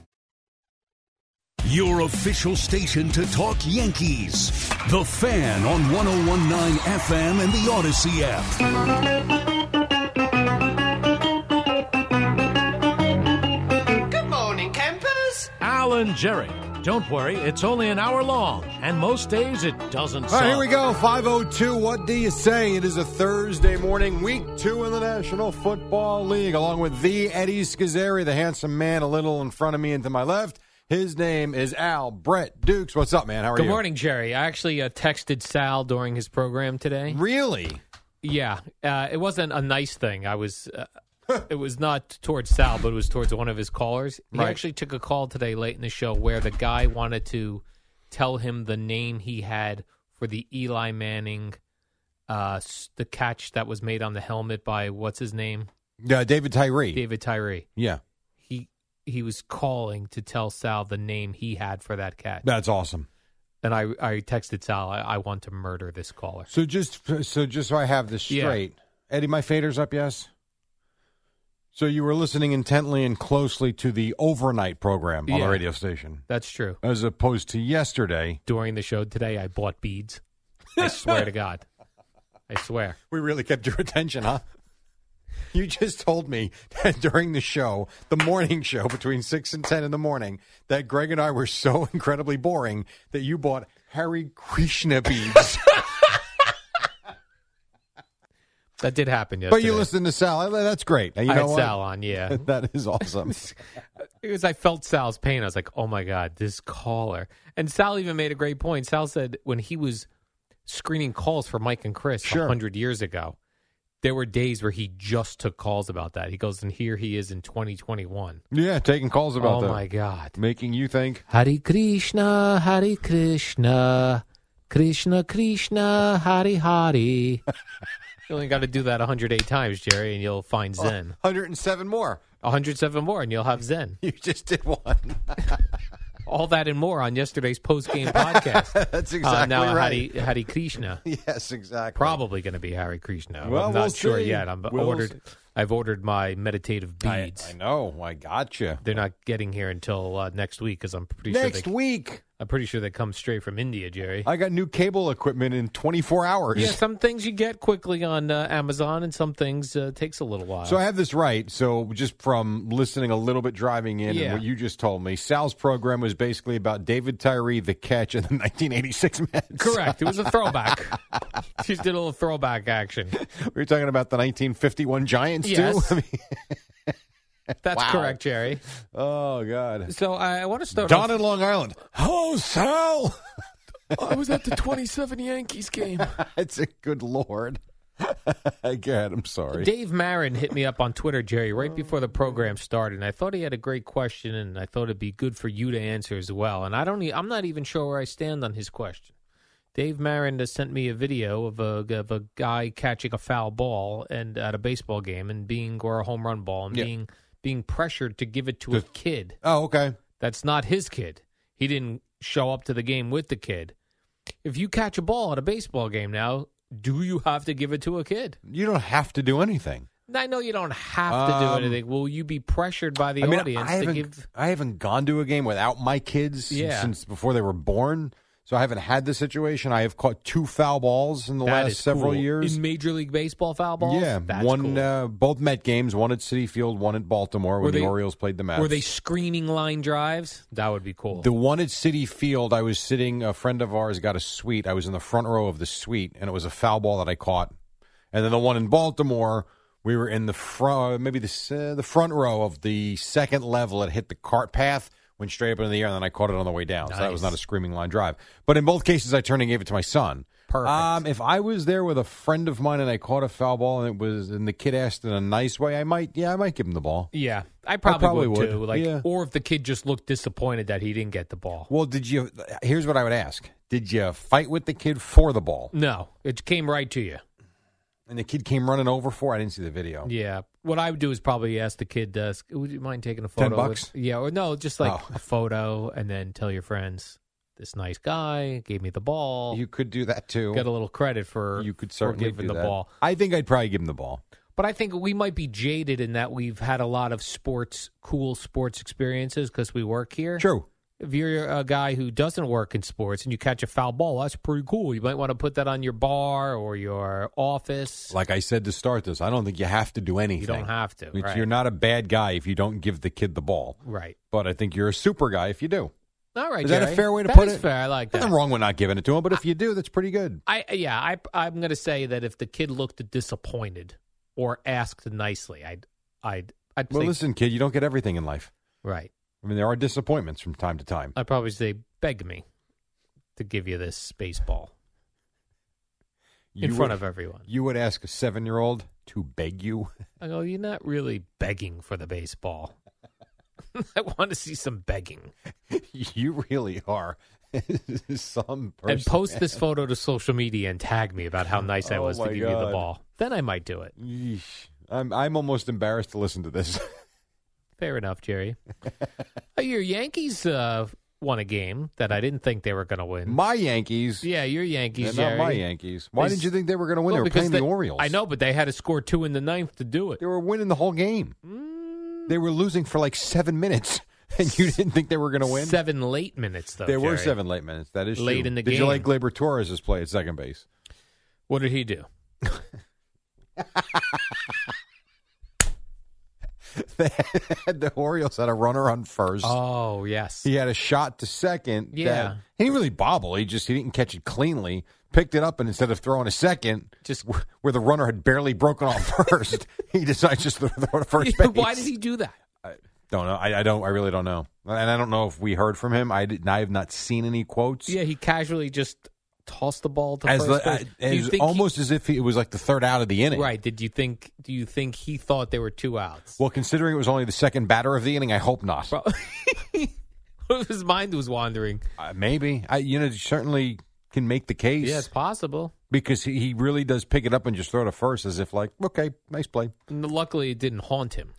Speaker 4: Your official station to talk Yankees. The Fan on 1019 FM and the Odyssey app.
Speaker 5: Alan Jerry. Don't worry, it's only an hour long, and most days it doesn't
Speaker 1: All right, here we go. 502. What do you say? It is a Thursday morning, week two in the National Football League, along with the Eddie Scazzeri, the handsome man a little in front of me and to my left. His name is Al Brett Dukes. What's up, man? How are
Speaker 2: good
Speaker 1: you?
Speaker 2: morning, Jerry. I actually uh, texted Sal during his program today.
Speaker 1: Really?
Speaker 2: Yeah, uh, it wasn't a nice thing. I was. Uh, it was not towards Sal, but it was towards one of his callers. He
Speaker 1: Right.
Speaker 2: actually took a call today late in the show where the guy wanted to tell him the name he had for the Eli Manning, uh, s- the catch that was made on the helmet by what's his name,
Speaker 1: Yeah, Uh, David Tyree.
Speaker 2: David Tyree.
Speaker 1: Yeah,
Speaker 2: He he was calling to tell Sal the name he had for that catch,
Speaker 1: that's awesome.
Speaker 2: and I I texted Sal I, I want to murder this caller.
Speaker 1: So just so just so I have this
Speaker 2: Yeah.
Speaker 1: straight, Eddie, my fader's up. Yes. So you were listening intently and closely to the overnight program on
Speaker 2: Yeah.
Speaker 1: the radio station,
Speaker 2: That's true.
Speaker 1: as opposed to yesterday.
Speaker 2: during the show today I bought beads. I swear to God. I swear.
Speaker 1: We really kept your *laughs* attention, huh? You just told me that during the show, the morning show between 6 and 10 in the morning, that Greg and I were so *laughs* incredibly boring that you bought Harry
Speaker 2: *laughs*
Speaker 1: Krishna beads.
Speaker 2: That did happen yesterday.
Speaker 1: but you listened to Sal. That's great. And you
Speaker 2: I
Speaker 1: know
Speaker 2: had
Speaker 1: what?
Speaker 2: Sal on,
Speaker 1: *laughs*
Speaker 2: yeah.
Speaker 1: That is awesome.
Speaker 2: Because I felt Sal's pain. I was like, oh my God, this caller. And Sal even made a great point. Sal said when he was screening calls for Mike and Chris a
Speaker 1: Sure.
Speaker 2: 100 years ago, there were days where he just took calls about that. He goes, and here he is in 2021.
Speaker 1: yeah, taking calls about
Speaker 2: oh
Speaker 1: that.
Speaker 2: my God.
Speaker 1: Making you think.
Speaker 2: Hari Krishna, Hari Krishna, Krishna Krishna, Hari Hari. *laughs* you only got to do that 108 times, Jerry, and you'll find
Speaker 1: Oh.
Speaker 2: Zen.
Speaker 1: 107 more. *laughs*
Speaker 2: 107 more, and you'll have Zen.
Speaker 1: You just did one. *laughs*
Speaker 2: All that and more on yesterday's post game
Speaker 1: *laughs*
Speaker 2: podcast. Uh,
Speaker 1: That's exactly
Speaker 2: now Hari,
Speaker 1: right.
Speaker 2: Hari
Speaker 1: *laughs*
Speaker 2: Krishna.
Speaker 1: Yes, exactly.
Speaker 2: Probably going to be Hari Krishna.
Speaker 1: Well,
Speaker 2: I'm not
Speaker 1: we'll
Speaker 2: sure
Speaker 1: see.
Speaker 2: yet. I'm
Speaker 1: We'll
Speaker 2: ordered.
Speaker 1: see.
Speaker 2: I've ordered my meditative
Speaker 1: I,
Speaker 2: beads.
Speaker 1: I know. I gotcha.
Speaker 2: They're not getting here until uh, next week because I'm pretty sure
Speaker 1: Next
Speaker 2: they,
Speaker 1: week.
Speaker 2: I'm pretty sure that comes straight from India, Jerry.
Speaker 1: I got new cable equipment in 24 hours.
Speaker 2: yeah, some things you get quickly on uh, Amazon, and some things uh, takes a little while.
Speaker 1: *laughs* So I have this right. So just from listening a little bit driving in
Speaker 2: Yeah.
Speaker 1: and what you just told me, Sal's program was basically about David Tyree, the catch, and the *laughs* 1986 Mets.
Speaker 2: *laughs* Correct. It was a throwback. *laughs* Just did a little throwback action.
Speaker 1: *laughs* We were talking about the 1951 Giants
Speaker 2: Yes.
Speaker 1: too. *laughs* I mean,
Speaker 2: That's
Speaker 1: Wow.
Speaker 2: correct, Jerry.
Speaker 1: oh God,
Speaker 2: So I, I want to start.
Speaker 1: Don in Long Island. Oh Sal,
Speaker 2: *laughs* I was at the 27 Yankees game.
Speaker 1: it's a good lord. *laughs* Again, I'm sorry.
Speaker 2: Dave Marin hit me up on Twitter, Jerry, right before the program started, and I thought he had a great question, and I thought it'd be good for you to answer as well. And I don't, e- I'm not even sure where I stand on his question. Dave Marin has sent me a video of a of a guy catching a foul ball and at a baseball game and being or a home run ball and
Speaker 1: Yeah.
Speaker 2: being being pressured to give it to a
Speaker 1: The-
Speaker 2: kid
Speaker 1: oh okay.
Speaker 2: that's not his kid. He didn't show up to the game with the kid. If you catch a ball at a baseball game now, do you have to give it to a kid?
Speaker 1: You don't have to do anything.
Speaker 2: I know you don't have to
Speaker 1: Um,
Speaker 2: do anything. Will you be pressured by the
Speaker 1: I mean,
Speaker 2: audience
Speaker 1: I haven't,
Speaker 2: to give?
Speaker 1: I haven't gone to a game without my kids since-
Speaker 2: Yeah.
Speaker 1: since before they were born. So I haven't had this situation. I have caught two foul balls in the
Speaker 2: That
Speaker 1: last
Speaker 2: is
Speaker 1: several
Speaker 2: cool.
Speaker 1: years.
Speaker 2: in Major League Baseball foul balls.
Speaker 1: yeah,
Speaker 2: That's
Speaker 1: one
Speaker 2: cool.
Speaker 1: uh, both Met games, one at City Field, one at Baltimore when
Speaker 2: Were they-
Speaker 1: the Orioles played the Mets.
Speaker 2: Were they screening line drives? That would be cool.
Speaker 1: The one at City Field, I was sitting. A friend of ours got a suite. I was in the front row of the suite, and it was a foul ball that I caught. And then the one in Baltimore, we were in the front, maybe the s- uh, the front row of the second level. It hit the cart path, went straight up into the air, and then I caught it on the way down. So that was
Speaker 2: Nice.
Speaker 1: not a screaming line drive. But in both cases, I turned and gave it to my son.
Speaker 2: Perfect.
Speaker 1: Um, if I was there with a friend of mine and I caught a foul ball, and it was, and the kid asked in a nice way, I might, yeah, I might give him the ball.
Speaker 2: yeah, I probably,
Speaker 1: probably
Speaker 2: would,
Speaker 1: would.
Speaker 2: too. Like,
Speaker 1: Yeah.
Speaker 2: or if the kid just looked disappointed that he didn't get the ball.
Speaker 1: Well, did you? Here's what I would ask: Did you fight with the kid for the ball,
Speaker 2: No, it came right to you.
Speaker 1: and the kid came running over for? I didn't see the video.
Speaker 2: Yeah, what I would do is probably ask the kid, uh, "Would you mind taking a photo?"
Speaker 1: 10
Speaker 2: with-
Speaker 1: bucks?
Speaker 2: yeah, or no, just like
Speaker 1: Oh.
Speaker 2: a photo, and then tell your friends, "This nice guy gave me the ball."
Speaker 1: You could do that too.
Speaker 2: got a little credit for
Speaker 1: you could
Speaker 2: for
Speaker 1: certainly
Speaker 2: giving
Speaker 1: do
Speaker 2: the
Speaker 1: that.
Speaker 2: ball.
Speaker 1: I think I'd probably give him the ball.
Speaker 2: But I think we might be jaded in that we've had a lot of sports, cool sports experiences because we work here.
Speaker 1: True.
Speaker 2: If you're a guy who doesn't work in sports and you catch a foul ball, that's pretty cool. You might want to put that on your bar or your office.
Speaker 1: Like I said to start this, I don't think you have to do anything.
Speaker 2: you don't have to.
Speaker 1: It's-
Speaker 2: Right.
Speaker 1: You're not a bad guy if you don't give the kid the ball,
Speaker 2: right.
Speaker 1: but I think you're a super guy if you do.
Speaker 2: All right.
Speaker 1: Is that
Speaker 2: Jerry.
Speaker 1: a fair way to
Speaker 2: That
Speaker 1: put
Speaker 2: is
Speaker 1: it?
Speaker 2: fair. I like that.
Speaker 1: Nothing wrong with not giving it to him, but if you do, that's pretty good.
Speaker 2: I yeah. I I'm going to say that if the kid looked disappointed or asked nicely, I'd I'd I'd
Speaker 1: Well,
Speaker 2: think-
Speaker 1: listen, kid, you don't get everything in life.
Speaker 2: right.
Speaker 1: I mean, there are disappointments from time to time.
Speaker 2: I'd probably say, beg me to give you this space ball in
Speaker 1: You
Speaker 2: front
Speaker 1: would-
Speaker 2: of everyone.
Speaker 1: you would ask a seven-year-old to beg you.
Speaker 2: I go, you're not really begging for the baseball. *laughs* I want to see some begging.
Speaker 1: *laughs* You really are *laughs* some person.
Speaker 2: And post this photo to social media and tag me about how nice I
Speaker 1: Oh
Speaker 2: was to
Speaker 1: my
Speaker 2: give you the
Speaker 1: God.
Speaker 2: ball. Then I might do it.
Speaker 1: Yeesh. I'm I'm almost embarrassed to listen to this. *laughs*
Speaker 2: Fair enough, Jerry. Uh, your Yankees uh, won a game that I didn't think they were going to win.
Speaker 1: My Yankees,
Speaker 2: yeah, your Yankees,
Speaker 1: and
Speaker 2: Jerry.
Speaker 1: not my Yankees. Why
Speaker 2: They-
Speaker 1: did you think they were going to win?
Speaker 2: Well,
Speaker 1: they were
Speaker 2: because
Speaker 1: playing
Speaker 2: they-
Speaker 1: the Orioles.
Speaker 2: I know, but they had to score two in the ninth to do it.
Speaker 1: they were winning the whole game.
Speaker 2: Mm.
Speaker 1: They were losing for like seven minutes, *laughs* and you didn't think they were going to win.
Speaker 2: Seven late minutes, though.
Speaker 1: there were
Speaker 2: Jerry.
Speaker 1: seven late minutes. That is
Speaker 2: Late
Speaker 1: true.
Speaker 2: in the
Speaker 1: Did you
Speaker 2: game.
Speaker 1: like Gleyber Torres' play at second base? *laughs*
Speaker 2: What did he do?
Speaker 1: the Orioles had a runner on first.
Speaker 2: Oh yes,
Speaker 1: He had a shot to second.
Speaker 2: Yeah.
Speaker 1: that- he didn't really bobble. He just he didn't catch it cleanly. Picked it up and instead of throwing a second,
Speaker 2: just
Speaker 1: wh- where the runner had barely broken off *laughs* first, he decides just to throw to first base.
Speaker 2: *laughs* *laughs* why did he do that?
Speaker 1: Don't know. I, I don't. I really don't know. And I don't know if we heard from him. I did, I have not seen any quotes.
Speaker 2: Yeah, he casually just tossed the ball to
Speaker 1: as
Speaker 2: first.
Speaker 1: the-
Speaker 2: base.
Speaker 1: I-
Speaker 2: Do you
Speaker 1: as
Speaker 2: think he-
Speaker 1: almost as if he, it was like the third out of the inning.
Speaker 2: right. Did you think? Do you think he thought there were two outs? *laughs*
Speaker 1: Well, considering it was only the second batter of the inning, I hope not.
Speaker 2: Pro- His mind was wandering.
Speaker 1: Uh, maybe. I you know certainly can make the case.
Speaker 2: Yeah, it's possible.
Speaker 1: because he, he really does pick it up and just throw to first as if like okay, nice play.
Speaker 2: And luckily, it didn't haunt him.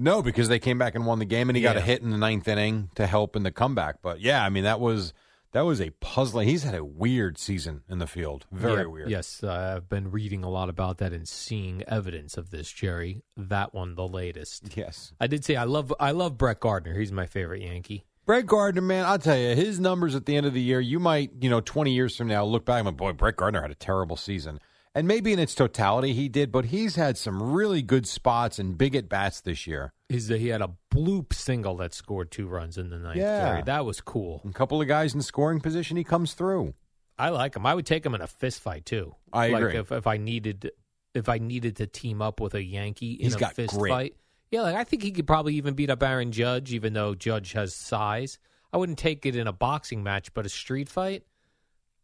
Speaker 1: No, because they came back and won the game, and he got a
Speaker 2: Yeah.
Speaker 1: hit in the ninth inning to help in the comeback. But yeah, I mean that was that was a puzzling. He's had a weird season in the field, very
Speaker 2: Yeah,
Speaker 1: weird.
Speaker 2: Yes, uh, I've been reading a lot about that and seeing evidence of this, Jerry. That one, the latest.
Speaker 1: yes.
Speaker 2: I did say I love I love Brett Gardner. He's my favorite Yankee.
Speaker 1: Brett Gardner, man, I'll tell you, his numbers at the end of the year, you might, you know, 20 years from now, look back and go, boy, Brett Gardner had a terrible season. And maybe in its totality he did, but he's had some really good spots and big at bats this year.
Speaker 2: Is that he had a bloop single that scored two runs in the ninth?
Speaker 1: Yeah.
Speaker 2: Jerry. that was cool.
Speaker 1: A couple of guys in scoring position, he comes through.
Speaker 2: I like him. I would take him in a fist fight too.
Speaker 1: I
Speaker 2: like
Speaker 1: agree.
Speaker 2: If, if I needed, if I needed to team up with a Yankee in
Speaker 1: He's
Speaker 2: a
Speaker 1: got
Speaker 2: fist
Speaker 1: grit.
Speaker 2: fight, yeah, like I think he could probably even beat up Aaron Judge, even though Judge has size. I wouldn't take it in a boxing match, but a street fight,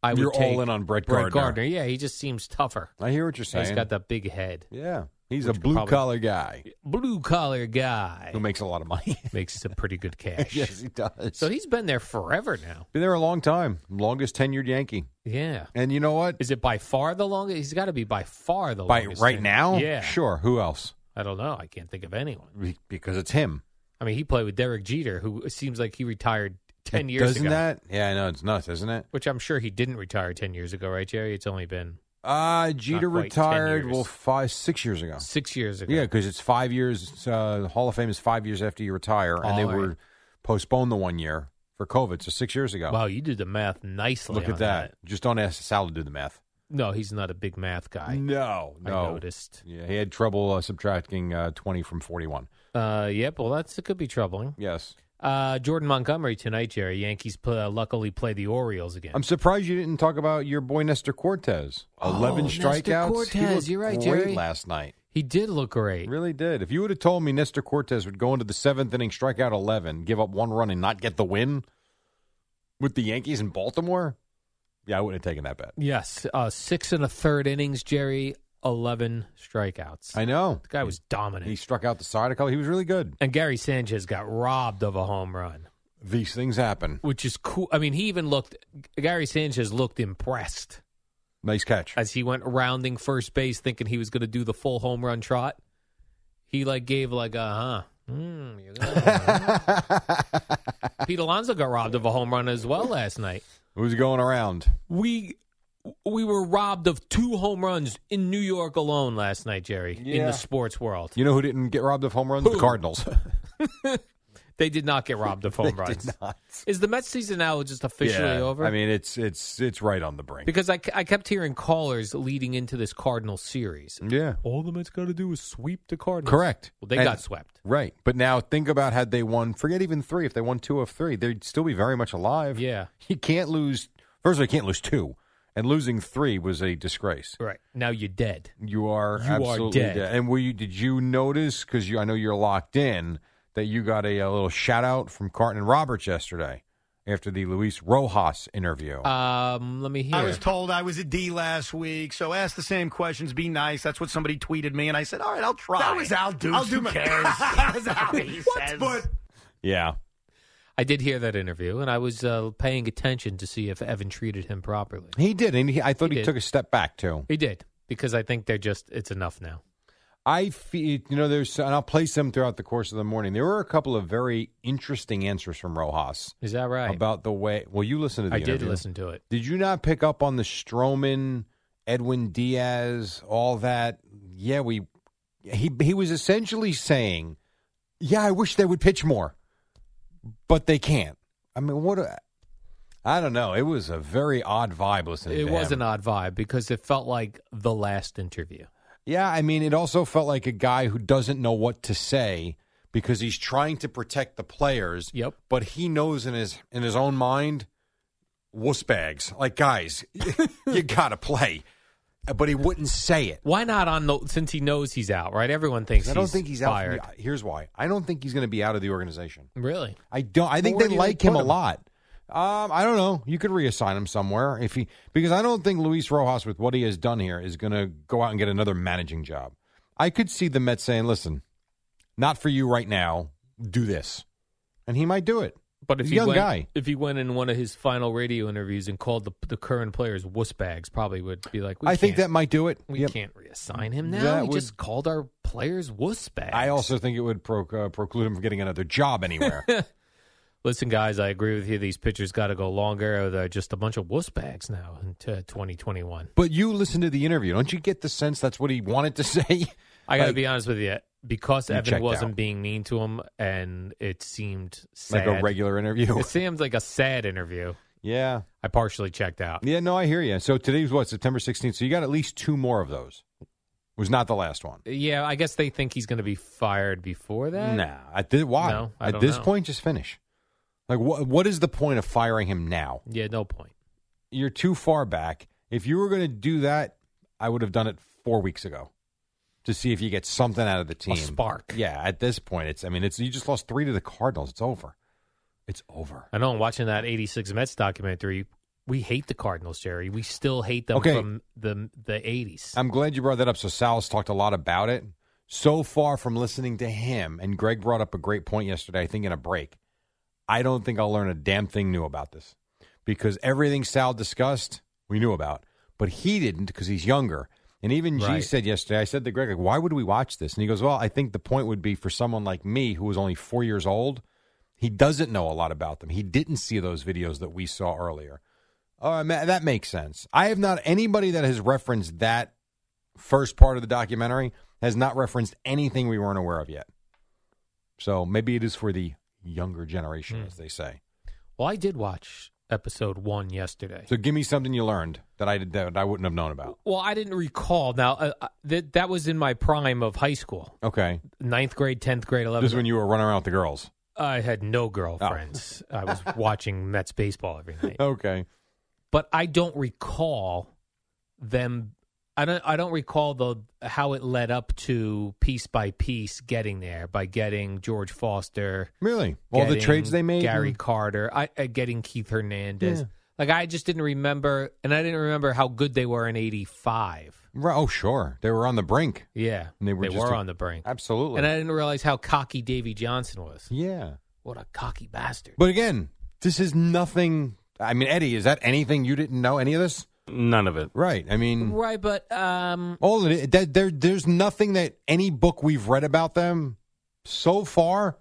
Speaker 2: I would.
Speaker 1: You're all
Speaker 2: take
Speaker 1: in on Brett Gardner.
Speaker 2: Yeah, he just seems tougher.
Speaker 1: I hear what you're saying.
Speaker 2: He's got that big head,
Speaker 1: yeah. He's
Speaker 2: Which
Speaker 1: a
Speaker 2: could probably-
Speaker 1: blue collar guy
Speaker 2: blue collar guy
Speaker 1: who makes a lot of money. *laughs*
Speaker 2: makes some pretty good cash.
Speaker 1: yes, he does.
Speaker 2: So he's been there forever now.
Speaker 1: been there a long time. Longest tenured Yankee.
Speaker 2: Yeah.
Speaker 1: And you know what?
Speaker 2: Is it by far the longest? He's got to be by far the
Speaker 1: By
Speaker 2: longest.
Speaker 1: right
Speaker 2: tenure.
Speaker 1: now?
Speaker 2: Yeah.
Speaker 1: Sure. Who else?
Speaker 2: I don't know. I can't think of anyone.
Speaker 1: Be- Because it's him.
Speaker 2: I mean, he played with Derek Jeter, who it seems like he retired 10
Speaker 1: It-
Speaker 2: years
Speaker 1: doesn't
Speaker 2: ago.
Speaker 1: that? Yeah, I know. It's nuts, isn't it?
Speaker 2: Which I'm sure he didn't retire 10 years ago, right, Jerry? It's only been
Speaker 1: Uh, Jeter
Speaker 2: quite 10
Speaker 1: retired,
Speaker 2: years.
Speaker 1: well, five, six years ago.
Speaker 2: six years ago.
Speaker 1: Yeah, because it's five years. Uh, the Hall of Fame is five years after you retire, and they
Speaker 2: All right.
Speaker 1: were postponed the one year for COVID, so six years ago.
Speaker 2: Wow, you did the math nicely.
Speaker 1: Look
Speaker 2: on
Speaker 1: at that. Just don't ask Sal to do the math.
Speaker 2: No, he's not a big math guy.
Speaker 1: no,
Speaker 2: I
Speaker 1: no.
Speaker 2: noticed.
Speaker 1: Yeah, he had trouble uh, subtracting uh, 20 from 41.
Speaker 2: Uh, yep. Well, that's it could be troubling.
Speaker 1: Yes.
Speaker 2: Uh, Jordan Montgomery tonight, Jerry. Yankees pl- uh, luckily play the Orioles again.
Speaker 1: I'm surprised you didn't talk about your boy Nestor Cortez.
Speaker 2: Oh,
Speaker 1: 11
Speaker 2: Nestor
Speaker 1: strikeouts. he
Speaker 2: Cortez,
Speaker 1: looked
Speaker 2: you're right,
Speaker 1: great
Speaker 2: Jerry.
Speaker 1: last night.
Speaker 2: he did look great.
Speaker 1: Really did. If you would have told me Nestor Cortez would go into the seventh inning, strike out 11, give up one run, and not get the win with the Yankees in Baltimore, yeah, I wouldn't have taken that bet.
Speaker 2: Yes, uh, six and a third innings, Jerry. Eleven strikeouts.
Speaker 1: I know.
Speaker 2: the guy was dominant.
Speaker 1: He struck out the side of color. He was really good.
Speaker 2: and Gary Sanchez got robbed of a home run,
Speaker 1: These things happen.
Speaker 2: which is cool. I mean, he even looked. Gary Sanchez looked impressed
Speaker 1: Nice catch.
Speaker 2: as he went rounding first base, thinking he was going to do the full home run trot. He like gave like a huh. Hmm, you got a home *laughs* run." Pete Alonso got robbed of a home run as well last night.
Speaker 1: Who's going around?
Speaker 2: we we were robbed of two home runs in New York alone last night, Jerry, in
Speaker 1: Yeah.
Speaker 2: the sports world.
Speaker 1: You know who didn't get robbed of home runs? The Cardinals.
Speaker 2: *laughs* They did not get robbed of home runs. Is the Mets season now just officially
Speaker 1: Yeah.
Speaker 2: over?
Speaker 1: I mean, it's it's it's right on the brink.
Speaker 2: because I, I kept hearing callers leading into this Cardinal series.
Speaker 1: yeah.
Speaker 2: All the Mets got to do is sweep the Cardinals.
Speaker 1: Correct.
Speaker 2: Well, they
Speaker 1: And-
Speaker 2: got swept.
Speaker 1: Right. But now think about had they won, forget even three, if they won two of three, they'd still be very much alive.
Speaker 2: Yeah.
Speaker 1: You can't lose, first of all, you can't lose two. And losing three was a disgrace.
Speaker 2: Right. Now you're dead.
Speaker 1: You are
Speaker 2: You are
Speaker 1: absolutely
Speaker 2: dead.
Speaker 1: And were you, did you notice, because you, I know you're locked in, that you got a, a little shout out from Carton and Roberts yesterday after the Luis Rojas interview?
Speaker 2: Um, let me hear.
Speaker 6: I was told I was a D last week, so ask the same questions, be nice. That's what somebody tweeted me, and I said, all right, I'll try. That was Al Deuce. Al Deuce cares. that *laughs* was Al Deuce. But
Speaker 1: yeah.
Speaker 2: I did hear that interview, and I was uh, paying attention to see if Evan treated him properly.
Speaker 1: He did. And he, I thought
Speaker 2: He
Speaker 1: he,
Speaker 2: did.
Speaker 1: took a step back, too.
Speaker 2: He did because I think they're just it's enough now.
Speaker 1: I feel you know there's and I'll place them throughout the course of the morning. There were a couple of very interesting answers from Rojas
Speaker 2: Is that right?
Speaker 1: about the way. Well, you listened to the
Speaker 2: I did
Speaker 1: interview.
Speaker 2: listen to it.
Speaker 1: Did you not pick up on the Stroman, Edwin Diaz, all that? Yeah, we. He he was essentially saying, "Yeah, I wish they would pitch more, but they can't." I mean, what? A, I don't know. It was a very odd vibe listening.
Speaker 2: It
Speaker 1: to
Speaker 2: was
Speaker 1: him.
Speaker 2: an odd vibe because it felt like the last interview.
Speaker 1: Yeah, I mean, it also felt like a guy who doesn't know what to say because he's trying to protect the players.
Speaker 2: Yep.
Speaker 1: But he knows in his in his own mind, wuss bags. Like guys, *laughs* you gotta play. But he wouldn't say it.
Speaker 2: Why not on the since he knows he's out, right? Everyone thinks
Speaker 1: I don't
Speaker 2: he's
Speaker 1: think he's
Speaker 2: fired.
Speaker 1: out. Here's why. I don't think he's going to be out of the organization.
Speaker 2: Really?
Speaker 1: I don't. I think
Speaker 2: where
Speaker 1: they
Speaker 2: do you
Speaker 1: like
Speaker 2: put
Speaker 1: him a
Speaker 2: him?
Speaker 1: lot. Um, I don't know. You could reassign him somewhere if he because I don't think Luis Rojas with what he has done here is going to go out and get another managing job. I could see the Mets saying, "Listen, not for you right now. Do this," and he might do it.
Speaker 2: But if
Speaker 1: He's a
Speaker 2: he
Speaker 1: young
Speaker 2: went,
Speaker 1: guy.
Speaker 2: if he went in one of his final radio interviews and called the, the current players wuss bags, probably would be like, we
Speaker 1: I think that
Speaker 2: can't-
Speaker 1: might do it.
Speaker 2: we
Speaker 1: Yep.
Speaker 2: can't reassign him now.
Speaker 1: That
Speaker 2: we
Speaker 1: would-
Speaker 2: just called our players wuss bags.
Speaker 1: I also think it would pro- uh, preclude him from getting another
Speaker 2: *laughs*
Speaker 1: job anywhere.
Speaker 2: listen, guys. I agree with you. These pitchers got to go longer. They're just a bunch of wuss bags now into 2021.
Speaker 1: but you listen to the interview. Don't you get the sense that's what he wanted to say? *laughs*
Speaker 2: I got to
Speaker 1: Like-
Speaker 2: be honest with you. because
Speaker 1: You
Speaker 2: Evan
Speaker 1: checked
Speaker 2: wasn't
Speaker 1: out.
Speaker 2: being mean to him, and it seemed
Speaker 1: like
Speaker 2: sad.
Speaker 1: a regular interview.
Speaker 2: It seems like a sad interview.
Speaker 1: yeah.
Speaker 2: I partially checked out.
Speaker 1: Yeah, no, I hear you. So today's what, September 16th. So you got at least two more of those. Was not the last one.
Speaker 2: Yeah, I guess they think he's going to be fired before that.
Speaker 1: Nah. At this, why?
Speaker 2: No, I
Speaker 1: at
Speaker 2: don't
Speaker 1: this
Speaker 2: know.
Speaker 1: point, just finish. Like, what? what is the point of firing him now?
Speaker 2: Yeah, no point.
Speaker 1: You're too far back. If you were going to do that, I would have done it four weeks ago to see if you get something out of the team.
Speaker 2: spark.
Speaker 1: Yeah, at this point, it's, I mean, it's you just lost three to the Cardinals. It's over. It's over.
Speaker 2: I know. I'm watching that '86 Mets documentary. We hate the Cardinals, Jerry. We still hate them
Speaker 1: Okay.
Speaker 2: from the the '80s.
Speaker 1: I'm glad you brought that up. So Sal's talked a lot about it. So far from listening to him, and Greg brought up a great point yesterday, I think in a break. I don't think I'll learn a damn thing new about this because everything Sal discussed, we knew about, but he didn't because he's younger. And even G
Speaker 2: Right.
Speaker 1: said yesterday, I said to Greg, like, why would we watch this? And he goes, well, I think the point would be for someone like me who was only four years old, he doesn't know a lot about them. He didn't see those videos that we saw earlier. Uh, ma- that makes sense. I have not anybody that has referenced that first part of the documentary has not referenced anything we weren't aware of yet. So maybe it is for the younger generation, as they say.
Speaker 2: Well, I did watch episode one yesterday.
Speaker 1: So give me something you learned that I did, that I wouldn't have known about.
Speaker 2: Well, I didn't recall. Now uh, uh, that that was in my prime of high school,
Speaker 1: Okay,
Speaker 2: ninth grade, tenth grade,
Speaker 1: this is
Speaker 2: eleventh.
Speaker 1: when you were running around with the girls.
Speaker 2: I had no girlfriends.
Speaker 1: Oh.
Speaker 2: I was watching Mets baseball every night,
Speaker 1: Okay,
Speaker 2: but I don't recall them. I don't. I don't recall the how it led up to piece by piece getting there by getting George Foster.
Speaker 1: really? All the
Speaker 2: getting
Speaker 1: trades they made.
Speaker 2: Gary
Speaker 1: and-
Speaker 2: Carter, I, uh, getting Keith Hernandez. Like I just didn't remember, and I didn't remember how good they were in '85.
Speaker 1: Right, oh, sure, they were on the brink.
Speaker 2: Yeah,
Speaker 1: And they were just a-
Speaker 2: on the brink,
Speaker 1: Absolutely.
Speaker 2: and I didn't realize how cocky Davy Johnson was.
Speaker 1: yeah,
Speaker 2: What a cocky bastard!
Speaker 1: but again, this is nothing. I mean, Eddie, is that anything you didn't know? Any of this?
Speaker 7: None of it.
Speaker 1: Right. I mean,
Speaker 2: Right, but um,
Speaker 1: All of it, that there, there's nothing that any book we've read about them so far.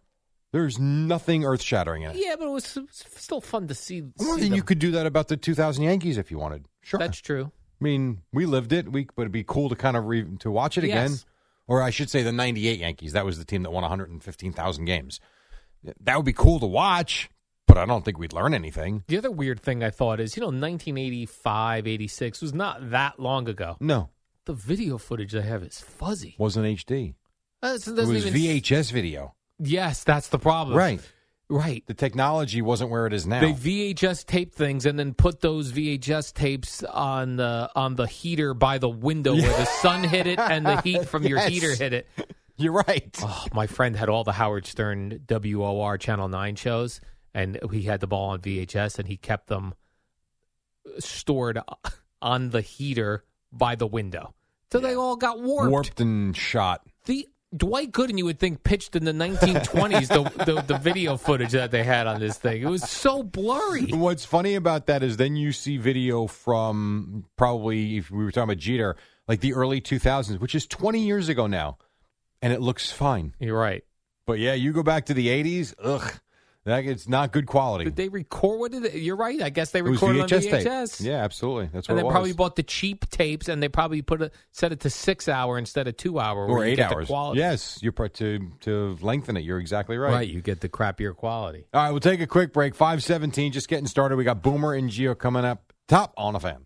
Speaker 1: There's nothing earth shattering in it.
Speaker 2: yeah, but it was, s- still fun to see.
Speaker 1: Well,
Speaker 2: see
Speaker 1: then you
Speaker 2: them.
Speaker 1: could do that about the 2000 Yankees if you wanted. Sure.
Speaker 2: That's true.
Speaker 1: I mean, we lived it. We, but it'd be cool to kind of re, to watch it again.
Speaker 2: Yes.
Speaker 1: Or I should say, the '98 Yankees. That was the team that won 115,000 games. That would be cool to watch, but I don't think we'd learn anything.
Speaker 2: The other weird thing I thought is, you know, 1985, 86 was not that long ago.
Speaker 1: No,
Speaker 2: The video footage they have is fuzzy.
Speaker 1: wasn't HD.
Speaker 2: Uh, so it
Speaker 1: It
Speaker 2: doesn't
Speaker 1: was
Speaker 2: even-
Speaker 1: VHS video.
Speaker 2: Yes, that's the problem.
Speaker 1: Right.
Speaker 2: Right.
Speaker 1: The technology wasn't where it is now.
Speaker 2: They VHS tape things and then put those VHS tapes on the on the heater by the window where
Speaker 1: *laughs*
Speaker 2: the sun hit it and the heat from your
Speaker 1: Yes.
Speaker 2: heater hit it.
Speaker 1: *laughs* You're right.
Speaker 2: Oh, my friend had all the Howard Stern WOR Channel 9 shows and he had the ball on VHS and he kept them stored on the heater by the window. So they all got warped.
Speaker 1: warped and shot.
Speaker 2: The Dwight Gooden, you would think, pitched in the 1920s the, the the video footage that they had on this thing. It was so
Speaker 1: *laughs*
Speaker 2: blurry.
Speaker 1: What's funny about that is then you see video from probably if we were talking about Jeter, like the early 2000s, which is 20 years ago now, and it looks fine.
Speaker 2: You're right.
Speaker 1: But yeah, you go back to the 80s, ugh, that it's not good quality.
Speaker 2: Did they record? What did they, you're right. I guess they
Speaker 1: it was
Speaker 2: recorded on
Speaker 1: tape.
Speaker 2: VHS.
Speaker 1: Yeah, absolutely. That's what
Speaker 2: and they
Speaker 1: it was.
Speaker 2: probably bought the cheap tapes, and they probably put a, set it to six hour instead of two hour,
Speaker 1: or
Speaker 2: where you
Speaker 1: eight
Speaker 2: get the
Speaker 1: hours.
Speaker 2: quality.
Speaker 1: Yes, you're pro- to to lengthen it. You're exactly
Speaker 2: right. You get the crappier quality.
Speaker 1: All right, we'll take a quick break. 517, just getting started. We got Boomer and Geo coming up top on a fan.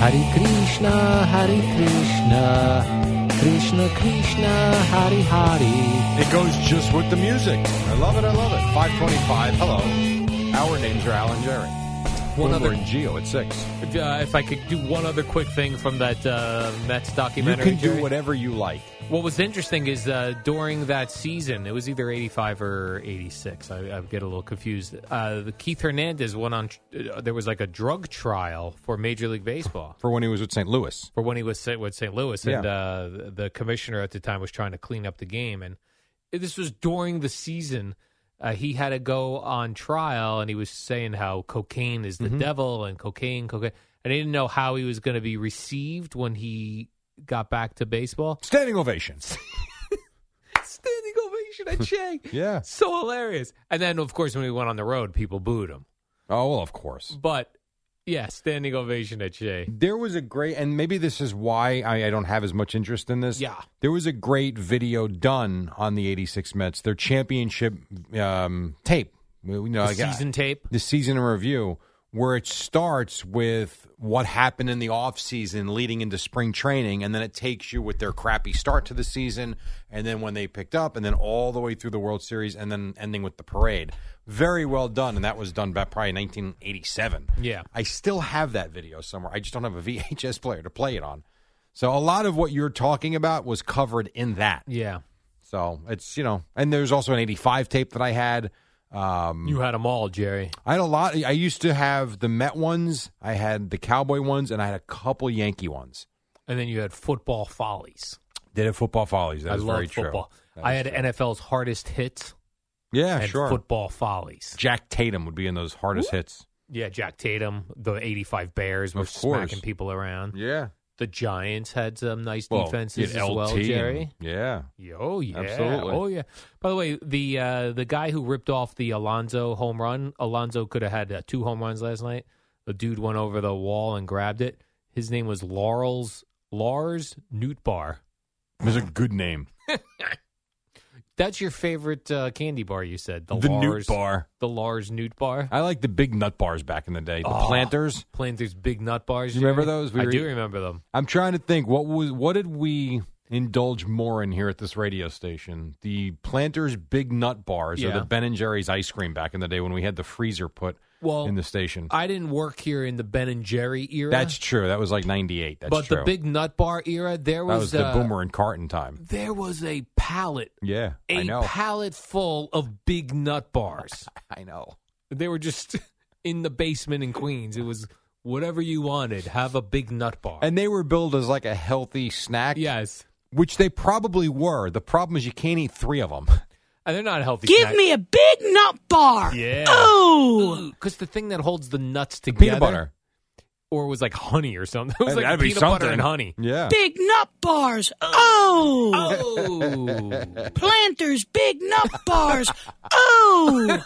Speaker 2: Hare Krishna, Hare Krishna, Krishna Krishna, Hare Hare.
Speaker 1: It goes just with the music. I love it. I love it. 525. Hello. Our names are Alan Jerry.
Speaker 2: one
Speaker 7: Boomer
Speaker 2: other.
Speaker 7: and Geo at six.
Speaker 2: Uh, if I could do one other quick thing from that uh, Mets
Speaker 7: You
Speaker 2: documentary,
Speaker 7: can do
Speaker 2: Jerry.
Speaker 7: whatever you like.
Speaker 2: What was interesting is uh, during that season, it was either 85 or 86. I, I get a little confused. Uh, the Keith Hernandez went on, uh, there was like a drug trial for Major League Baseball
Speaker 1: for when he was with St. Louis.
Speaker 2: for when he was sa- with St. Louis. And
Speaker 1: Yeah.
Speaker 2: uh, the- the commissioner at the time was trying to clean up the game. And this was during the season. Uh, he had to go on trial and he was saying how cocaine is the devil and cocaine, cocaine. And I didn't know how he was going to be received when he got back to baseball
Speaker 7: Standing
Speaker 2: *laughs*
Speaker 7: ovations.
Speaker 2: standing ovation
Speaker 1: *laughs*
Speaker 2: at Shea.
Speaker 7: Yeah.
Speaker 2: So hilarious. And then, of course, when we went on the road, people booed him.
Speaker 7: Oh well, of course.
Speaker 2: But yeah, standing ovation at Shea.
Speaker 1: There was a great, and maybe this is why I, I don't have as much interest in this.
Speaker 2: Yeah.
Speaker 1: There was a great video done on the 86 Mets, their championship um, tape. You know, uh,
Speaker 2: The
Speaker 1: I got-
Speaker 2: season tape.
Speaker 1: the season in review where it starts with what happened in the offseason leading into spring training and then it takes you with their crappy start to the season and then when they picked up and then all the way through the world series and then ending with the parade very well done and that was done by probably 1987
Speaker 2: Yeah.
Speaker 1: i still have that video somewhere i just don't have a *laughs* vhs player to play it on so a lot of what you're talking about was covered in that
Speaker 2: Yeah.
Speaker 1: so it's you know and there's also an 85 tape that i had um,
Speaker 2: You had them all, Jerry.
Speaker 1: I had a lot. I used to have the Met ones. I had the Cowboy ones, and I had a couple Yankee ones.
Speaker 2: And then you had football follies.
Speaker 1: Did it football follies? That
Speaker 2: I
Speaker 1: is
Speaker 2: love
Speaker 1: very
Speaker 2: football.
Speaker 1: true. That
Speaker 2: I
Speaker 1: is
Speaker 2: had
Speaker 1: true.
Speaker 2: NFL's hardest hits
Speaker 1: yeah,
Speaker 2: and
Speaker 1: sure.
Speaker 2: football follies.
Speaker 1: Jack Tatum would be in those hardest hits.
Speaker 2: Yeah, Jack Tatum, the 85 Bears were
Speaker 1: Of course.
Speaker 2: smacking people around.
Speaker 1: Yeah,
Speaker 2: The Giants had some nice
Speaker 1: well, you
Speaker 2: defenses
Speaker 1: had
Speaker 2: as
Speaker 1: LT
Speaker 2: well,
Speaker 1: and-
Speaker 2: Jerry.
Speaker 1: yeah,
Speaker 2: Yeah, Oh yeah,
Speaker 1: Absolutely.
Speaker 2: oh yeah. By the way, the uh, the guy who ripped off the Alonzo home run, Alonzo could have had uh, two home runs last night. The dude went over the wall and grabbed it. His name was Laurel's Lars Newtbar.
Speaker 1: it was a good name.
Speaker 2: That's your favorite uh, candy bar, you said. The,
Speaker 1: The
Speaker 2: Lars,
Speaker 1: Newt Bar.
Speaker 2: The Lars Newt Bar.
Speaker 1: I like the big nut bars back in the day. The
Speaker 2: Oh.
Speaker 1: planters.
Speaker 2: Planters Big Nut Bars.
Speaker 1: You remember
Speaker 2: Jerry?
Speaker 1: those? We
Speaker 2: I
Speaker 1: were-
Speaker 2: do remember them.
Speaker 1: I'm trying to think what was what did we indulge more in here at this radio station? The planters big nut bars or
Speaker 2: Yeah.
Speaker 1: the Ben and Jerry's ice cream back in the day when we had the freezer put
Speaker 2: Well,
Speaker 1: in the station.
Speaker 2: I didn't work here in the Ben and Jerry era.
Speaker 1: That's true. That was like '98. That's
Speaker 2: but
Speaker 1: true.
Speaker 2: the Big Nut Bar era, there
Speaker 1: that
Speaker 2: was,
Speaker 1: was the
Speaker 2: uh,
Speaker 1: Boomer and Carton time.
Speaker 2: There was a pallet
Speaker 1: Yeah, I
Speaker 2: a
Speaker 1: know.
Speaker 2: pallet full of big nut
Speaker 1: *laughs*
Speaker 2: bars.
Speaker 1: I know.
Speaker 2: they were just *laughs* in the basement in Queens. It was whatever you wanted. Have a big nut bar.
Speaker 1: And they were billed as like a healthy snack.
Speaker 2: yes,
Speaker 1: which they probably were. The problem is you can't eat three of them.
Speaker 2: and they're not healthy.
Speaker 8: Give me a big nut bar.
Speaker 2: Yeah.
Speaker 8: Ooh.
Speaker 2: because the thing that holds the nuts together,
Speaker 1: *laughs* Peanut butter.
Speaker 2: or was like honey or something. *laughs* It was like
Speaker 1: That'd be
Speaker 2: peanut butter and
Speaker 1: something. *laughs*
Speaker 2: honey.
Speaker 1: Yeah.
Speaker 8: Big nut bars. Oh.
Speaker 2: Oh,
Speaker 8: Planters big nut bars. Oh.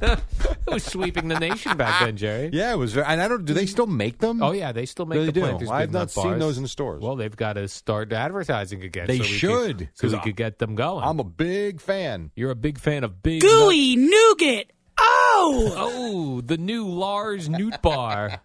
Speaker 2: it was sweeping the nation back then, Jerry.
Speaker 1: *laughs* Yeah, it was. Very, and I don't. Do they still make them?
Speaker 2: Oh yeah, they still make
Speaker 1: They
Speaker 2: the
Speaker 1: do.
Speaker 2: Planters
Speaker 1: I've
Speaker 2: Big
Speaker 1: not
Speaker 2: Nut
Speaker 1: seen
Speaker 2: Bars.
Speaker 1: those in stores.
Speaker 2: Well, they've got to start advertising again.
Speaker 1: They
Speaker 2: so we
Speaker 1: should,
Speaker 2: could, so
Speaker 1: 'cause
Speaker 2: we
Speaker 1: I-
Speaker 2: could get them going.
Speaker 1: I'm a big fan.
Speaker 2: You're a big fan of big nut
Speaker 8: Gooey nougat. Oh.
Speaker 2: Oh, the new Lars Newt Bar.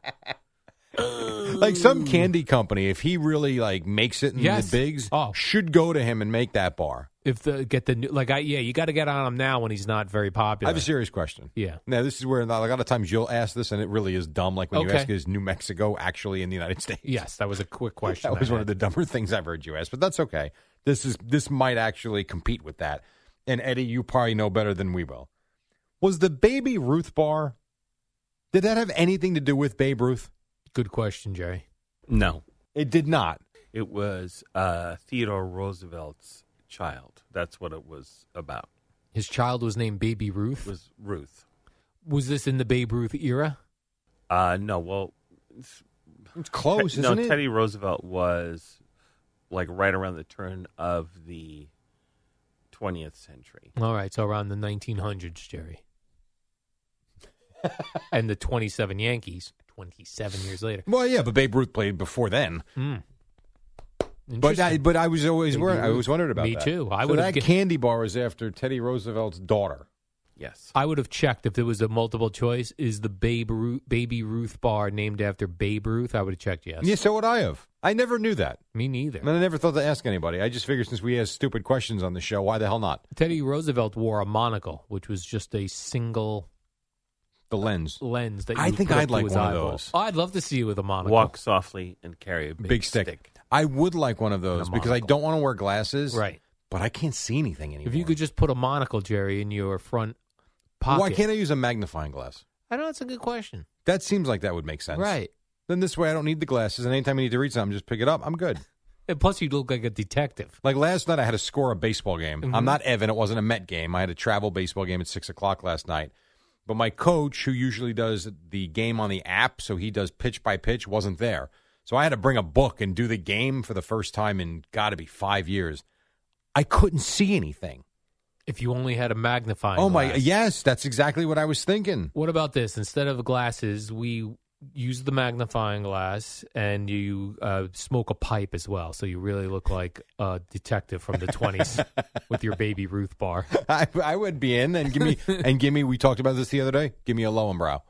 Speaker 1: Like some candy company, if he really like makes it in
Speaker 2: Yes.
Speaker 1: the bigs,
Speaker 2: Oh.
Speaker 1: should go to him and make that bar.
Speaker 2: If the get the new like, I yeah, you got to get on him now when he's not very
Speaker 1: I
Speaker 2: popular.
Speaker 1: have a serious question.
Speaker 2: yeah,
Speaker 1: Now, this is where a lot of times you'll ask this, and it really is dumb. Like when you
Speaker 2: Okay.
Speaker 1: ask, is New Mexico actually in the United *laughs* States?
Speaker 2: yes, that was a quick question.
Speaker 1: That was one of the dumber *laughs* things I've heard you ask, but that's okay. This is this might actually compete with that. And Eddie, you probably know better than we will. Was the Baby Ruth bar? Did that have anything to do with Babe Ruth?
Speaker 2: good question, Jerry.
Speaker 9: *laughs* No,
Speaker 1: It did not.
Speaker 9: it was uh, Theodore Roosevelt's child. That's what it was about.
Speaker 2: His child was named Baby Ruth.
Speaker 9: It
Speaker 2: Was,
Speaker 9: was Ruth.
Speaker 2: this in the Babe Ruth era?
Speaker 9: Uh, no, well,
Speaker 1: It's close,
Speaker 9: Te-
Speaker 1: isn't
Speaker 9: no,
Speaker 1: it?
Speaker 9: Teddy Roosevelt was like right around the turn of the 20th century.
Speaker 2: All right, so around the 1900s,
Speaker 1: *laughs*
Speaker 2: Jerry, and the 27 Yankees. 27 years later. Hmm.
Speaker 1: Well, yeah, but Babe Ruth played before then. But I,
Speaker 2: Interesting.
Speaker 1: but I was always
Speaker 2: Baby
Speaker 1: wor- I
Speaker 2: Ruth.
Speaker 1: was wondered about
Speaker 2: Me
Speaker 1: that.
Speaker 2: too. I
Speaker 1: so
Speaker 2: would've
Speaker 1: that
Speaker 2: gu-
Speaker 1: candy bar was after Teddy Roosevelt's daughter.
Speaker 9: Yes.
Speaker 2: I would have checked if there was a multiple choice. Is the Babe Ruth, Baby Ruth bar named after Babe Ruth? I would have checked yes.
Speaker 1: Yeah, so would I have. I never knew that,
Speaker 2: Me neither.
Speaker 1: and I never thought to ask anybody. I just figured since we asked stupid questions on the show, why the hell not?
Speaker 2: Teddy Roosevelt wore a monocle, which was just a single
Speaker 1: The lens.
Speaker 2: lens that you
Speaker 1: I think
Speaker 2: put up
Speaker 1: I'd
Speaker 2: to
Speaker 1: like
Speaker 2: his
Speaker 1: one of
Speaker 2: eyeball.
Speaker 1: those.
Speaker 2: Oh, I'd love to see you with a monocle.
Speaker 9: Walk softly and carry a big,
Speaker 1: Big, stick. I would like one of those
Speaker 9: a
Speaker 1: because I
Speaker 9: monocle.
Speaker 1: don't want to wear glasses.
Speaker 2: Right.
Speaker 1: But I can't see anything anymore.
Speaker 2: If you could just put a monocle, Jerry, in your front pocket.
Speaker 1: Why can't I use a magnifying glass?
Speaker 2: I know it's a good question.
Speaker 1: That seems like that would make sense.
Speaker 2: Right.
Speaker 1: Then this way I don't need the glasses, and anytime I need to read something, just pick it up. I'm good.
Speaker 2: And plus, you look like a detective.
Speaker 1: Like last night, I had to score a baseball game.
Speaker 2: Mhm.
Speaker 1: I'm not Evan. It wasn't a Met game. I had a travel baseball game at six o'clock last night. But my coach, who usually does the game on the app, so he does pitch by pitch, wasn't there. So I had to bring a book and do the game for the first time in got to be five years. I couldn't see anything.
Speaker 2: If you only had a magnifying.
Speaker 1: oh my!
Speaker 2: glass.
Speaker 1: Yes, that's exactly what I was thinking. *laughs*
Speaker 2: What about this? Instead of glasses, we use the magnifying glass and you uh, smoke a pipe as well. So you really look like a detective from the
Speaker 1: *laughs*
Speaker 2: 20s with your baby Ruth bar.
Speaker 1: I, I would be in and
Speaker 2: *laughs*
Speaker 1: give me and give me. We talked about this the other day. Give me a low brow.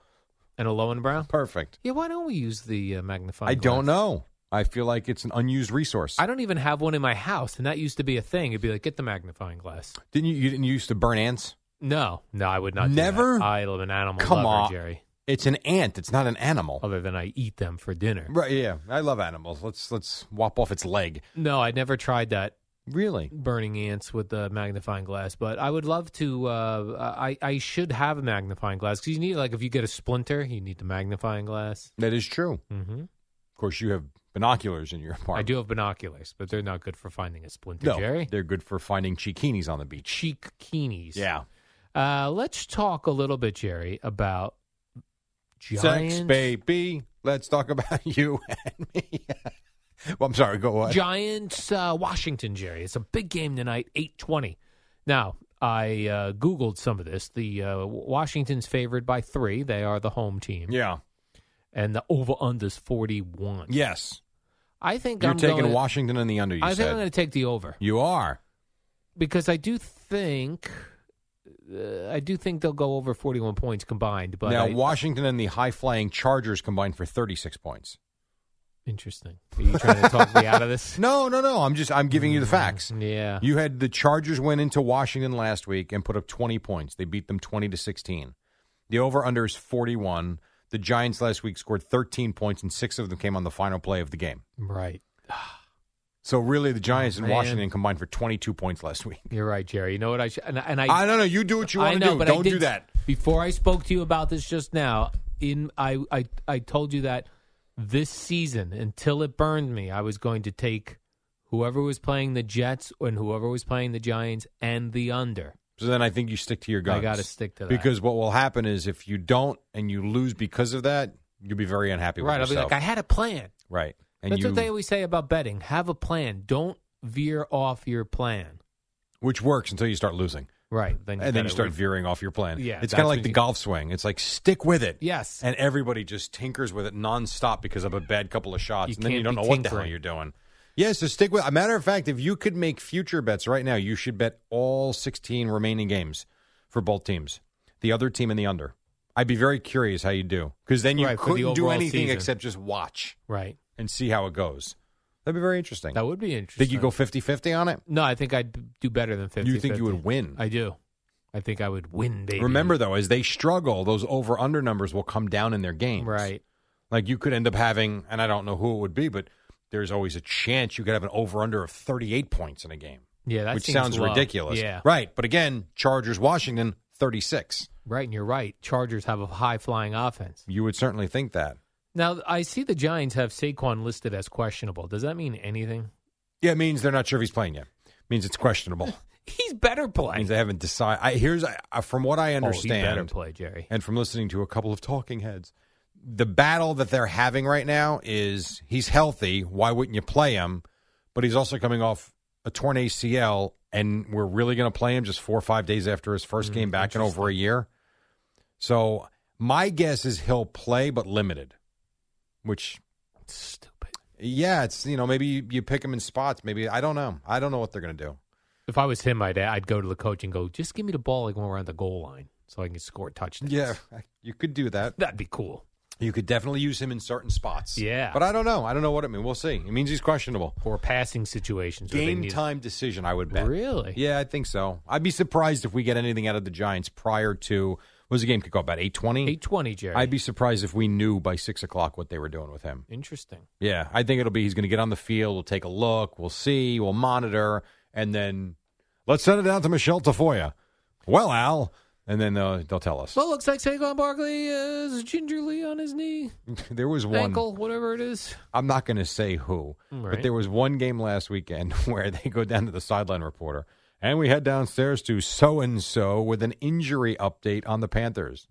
Speaker 2: And a Lowenbrow?
Speaker 1: Perfect.
Speaker 2: Yeah, why don't we use the uh, magnifying
Speaker 1: I don't
Speaker 2: glass?
Speaker 1: know. I feel like it's an unused resource.
Speaker 2: I don't even have one in my house, and that used to be a thing. It'd be like, get the magnifying glass.
Speaker 1: didn't you, you didn't used to burn ants?
Speaker 2: No, no, I would not. do
Speaker 1: Never?
Speaker 2: that. I am an animal
Speaker 1: Come
Speaker 2: lover,
Speaker 1: on.
Speaker 2: Jerry.
Speaker 1: It's an ant. It's not an animal.
Speaker 2: Other than I eat them for dinner.
Speaker 1: Right? Yeah. I love animals. Let's let's wop off its leg.
Speaker 2: No, I never tried that
Speaker 1: Really?
Speaker 2: burning ants with the magnifying glass. But I would love to. Uh, I I should have a magnifying glass because you need like if you get a splinter, you need the magnifying glass.
Speaker 1: That is true.
Speaker 2: Mm-hmm.
Speaker 1: Of course, you have binoculars in your apartment.
Speaker 2: I do have binoculars, but they're not good for finding a splinter,
Speaker 1: No,
Speaker 2: Jerry.
Speaker 1: they're good for finding chikinis on the beach.
Speaker 2: Cheekinis.
Speaker 1: Yeah.
Speaker 2: Uh, let's talk a little bit, Jerry, about giant
Speaker 1: Sex, baby. Let's talk about *laughs* you and me. well, I'm sorry. Go on.
Speaker 2: Giants uh, Washington, Jerry. It's a big game tonight, eight twenty. Now I uh, googled some of this. The uh, Washington's favored by three. They are the home team,
Speaker 1: yeah.
Speaker 2: and the over unders forty one.
Speaker 1: Yes.
Speaker 2: I think
Speaker 1: You're
Speaker 2: I'm
Speaker 1: taking
Speaker 2: going,
Speaker 1: Washington and the under. You
Speaker 2: I think
Speaker 1: said
Speaker 2: I'm going to take the over
Speaker 1: you are.
Speaker 2: because I do think uh, I do think they'll go over forty one points combined. But
Speaker 1: now
Speaker 2: I-
Speaker 1: Washington and the high flying Chargers combined for 36 points.
Speaker 2: interesting. Are you trying to talk me out of this?
Speaker 1: *laughs* No, no, no. I'm just I'm giving you the facts.
Speaker 2: Mm, Yeah.
Speaker 1: You had the Chargers went into Washington last week and put up 20 points. They beat them 20 to 16. The over under is 41. The Giants last week scored 13 points and 6 of them came on the final play of the game.
Speaker 2: right.
Speaker 1: So really the Giants and
Speaker 2: Man.
Speaker 1: Washington combined for 22 points last week.
Speaker 2: You're right, Jerry. You know what I should, and, I- and
Speaker 1: I don't know, you do what you
Speaker 2: I
Speaker 1: want to
Speaker 2: know,
Speaker 1: do.
Speaker 2: but I
Speaker 1: Don't
Speaker 2: did-
Speaker 1: do that.
Speaker 2: Before I spoke to you about this just now, in I, I I told you that this season, until it burned me, I was going to take whoever was playing the Jets and whoever was playing the Giants and the under.
Speaker 1: So then I think you stick to your guns.
Speaker 2: I got to stick to that
Speaker 1: Because what will happen is if you don't and you lose because of that, you'll be very unhappy
Speaker 2: right, I'll
Speaker 1: with
Speaker 2: be
Speaker 1: yourself.
Speaker 2: like, I had a plan.
Speaker 1: right. And
Speaker 2: That's
Speaker 1: you,
Speaker 2: what they always say about betting: have a plan. Don't veer off your plan.
Speaker 1: which works until you start losing.
Speaker 2: Right, then you
Speaker 1: and then you
Speaker 2: gotta
Speaker 1: start
Speaker 2: re-
Speaker 1: veering off your plan.
Speaker 2: Yeah,
Speaker 1: it's
Speaker 2: that's
Speaker 1: kind of
Speaker 2: when
Speaker 1: like the
Speaker 2: you-
Speaker 1: golf swing. It's like stick with it.
Speaker 2: Yes.
Speaker 1: and everybody just tinkers with it nonstop because of a bad couple of shots,
Speaker 2: You
Speaker 1: and then you
Speaker 2: can't
Speaker 1: don't
Speaker 2: be
Speaker 1: know what the hell
Speaker 2: tinkering.
Speaker 1: you're doing. Yeah, so stick with. A matter of fact, if you could make future bets right now, you should bet all 16 remaining games for both teams, the other team and the under. I'd be very curious how you do because then you
Speaker 2: Right, for the
Speaker 1: couldn't do
Speaker 2: overall
Speaker 1: anything
Speaker 2: season.
Speaker 1: except just watch
Speaker 2: Right,
Speaker 1: and see how it goes. That'd be very interesting.
Speaker 2: that would be interesting.
Speaker 1: Think you go 50-50 on it?
Speaker 2: No, I think I'd do better than fifty.
Speaker 1: You think you would win?
Speaker 2: I do. I think I would win, baby.
Speaker 1: Remember though, as they struggle, those over under numbers will come down in their games.
Speaker 2: Right.
Speaker 1: Like you could end up having, and I don't know who it would be, but there's always a chance you could have an over under of 38 points in a game,
Speaker 2: Yeah, that
Speaker 1: which
Speaker 2: seems
Speaker 1: sounds
Speaker 2: low.
Speaker 1: ridiculous.
Speaker 2: Yeah, right.
Speaker 1: Right. But again, Chargers Washington 36.
Speaker 2: and you're right. Chargers have a high flying offense.
Speaker 1: You would certainly think that.
Speaker 2: Now I see the Giants have Saquon listed as questionable. Does that mean anything?
Speaker 1: Yeah, it means they're not sure if he's playing yet. means it's questionable.
Speaker 2: He's *laughs* better
Speaker 1: means
Speaker 2: playing.
Speaker 1: they haven't decided. I, here's I, I- from what I
Speaker 2: Oh, he better
Speaker 1: understand,
Speaker 2: play, Jerry.
Speaker 1: and from listening to a couple of talking heads, the battle that they're having right now is he's healthy. Why wouldn't you play him? But he's also coming off a torn ACL, and we're really going to play him just four or five days after his first game back in over a year. So my guess is he'll play, but limited. Which,
Speaker 2: Stupid.
Speaker 1: yeah, it's you know maybe you, you pick him in spots. Maybe I don't know. I don't know what they're going to do.
Speaker 2: If I was him, I'd I'd go to the coach and go, just give me the ball like when we're on the goal line, so I can score touchdowns.
Speaker 1: Yeah, *laughs* you could do that.
Speaker 2: that'd be cool.
Speaker 1: You could definitely use him in certain spots.
Speaker 2: Yeah.
Speaker 1: But I don't know. I don't know what it means. We'll see. It means he's questionable.
Speaker 2: Or passing situations. where they
Speaker 1: Game
Speaker 2: need-
Speaker 1: time decision, I would bet.
Speaker 2: Really?
Speaker 1: Yeah, I think so. I'd be surprised if we get anything out of the Giants prior to was the game kickoff about eight twenty?
Speaker 2: Eight twenty, Jerry.
Speaker 1: I'd be surprised if we knew by six o'clock what they were doing with him.
Speaker 2: Interesting.
Speaker 1: Yeah, I think it'll be he's going to get on the field. We'll take a look. We'll see. We'll monitor, and then let's send it down to Michelle Tafoya. Well, Al, and then uh, they'll tell us.
Speaker 2: Well, it looks like Saquon Barkley is gingerly on his knee,
Speaker 1: *laughs* there was one.
Speaker 2: ankle, whatever it is.
Speaker 1: I'm not going to say who, but
Speaker 2: Right.
Speaker 1: there was one game last weekend *laughs* where they go down to the sideline reporter, and we head downstairs to so and so with an injury update on the Panthers.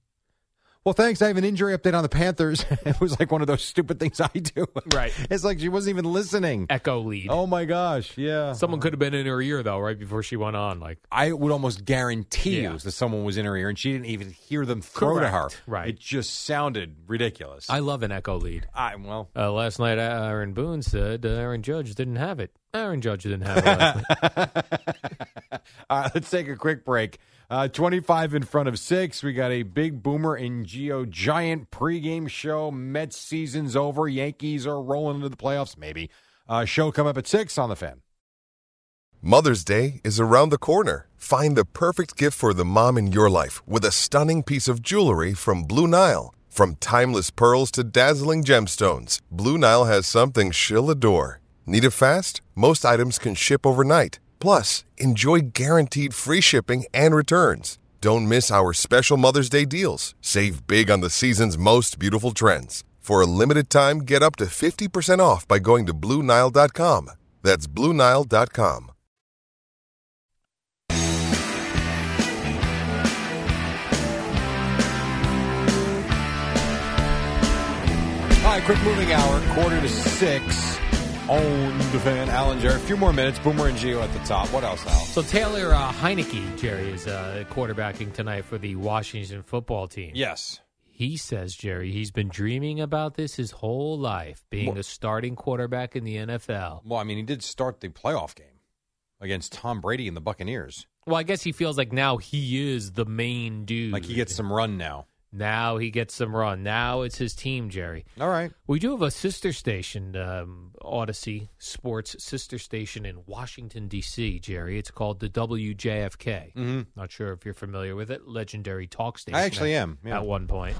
Speaker 1: Well, thanks. I have an injury update on the Panthers. *laughs* it was like one of those stupid things I do. *laughs*
Speaker 2: Right.
Speaker 1: It's like she wasn't even listening.
Speaker 2: Echo lead.
Speaker 1: Oh my gosh! Yeah.
Speaker 2: Someone could have been in her ear though, right before she went on. Like
Speaker 1: I would almost guarantee
Speaker 2: Yeah.
Speaker 1: you that someone was in her ear, and she didn't even hear them throw to
Speaker 2: Correct.
Speaker 1: her.
Speaker 2: Right.
Speaker 1: It just sounded ridiculous.
Speaker 2: I love an echo lead.
Speaker 1: I well.
Speaker 2: Uh, last night, Aaron Boone said uh, Aaron Judge didn't have it. Aaron Judge didn't have it. Last
Speaker 1: *laughs*
Speaker 2: night.
Speaker 1: All right, let's take a quick break. Uh, 25 in front of six. We got a big boomer and Geo Giant pregame show. Mets season's over. Yankees are rolling into the playoffs, maybe. Uh, show come up at six on the fan.
Speaker 10: Mother's Day is around the corner. Find the perfect gift for the mom in your life with a stunning piece of jewelry from Blue Nile. From timeless pearls to dazzling gemstones, Blue Nile has something she'll adore. Need it fast? Most items can ship overnight. Plus, enjoy guaranteed free shipping and returns. Don't miss our special Mother's Day deals. Save big on the season's most beautiful trends. For a limited time, get up to 50% off by going to Blue Nile.com. That's Blue Nile.com.
Speaker 1: All right, quick moving hour, quarter to six. Owned Van Allinger. A few more minutes. Boomer and Geo at the top. What else, Al?
Speaker 2: so Taylor uh, Heineke, Jerry, is uh, quarterbacking tonight for the Washington football team.
Speaker 1: Yes.
Speaker 2: He says, Jerry, he's been dreaming about this his whole life, being
Speaker 1: Wha-
Speaker 2: a starting quarterback in the NFL.
Speaker 1: Well, I mean, he did start the playoff game against Tom Brady and the Buccaneers.
Speaker 2: Well, I guess he feels like now he is the main dude.
Speaker 1: Like he gets some run now.
Speaker 2: now he gets some run. Now it's his team, Jerry.
Speaker 1: All right.
Speaker 2: We do have a sister station, um, Odyssey Sports sister station in Washington, D.C., Jerry. It's called the WJFK.
Speaker 1: Mm-hmm.
Speaker 2: Not sure if you're familiar with it. Legendary talk station.
Speaker 1: I actually
Speaker 2: at-
Speaker 1: am, yeah.
Speaker 2: At one point,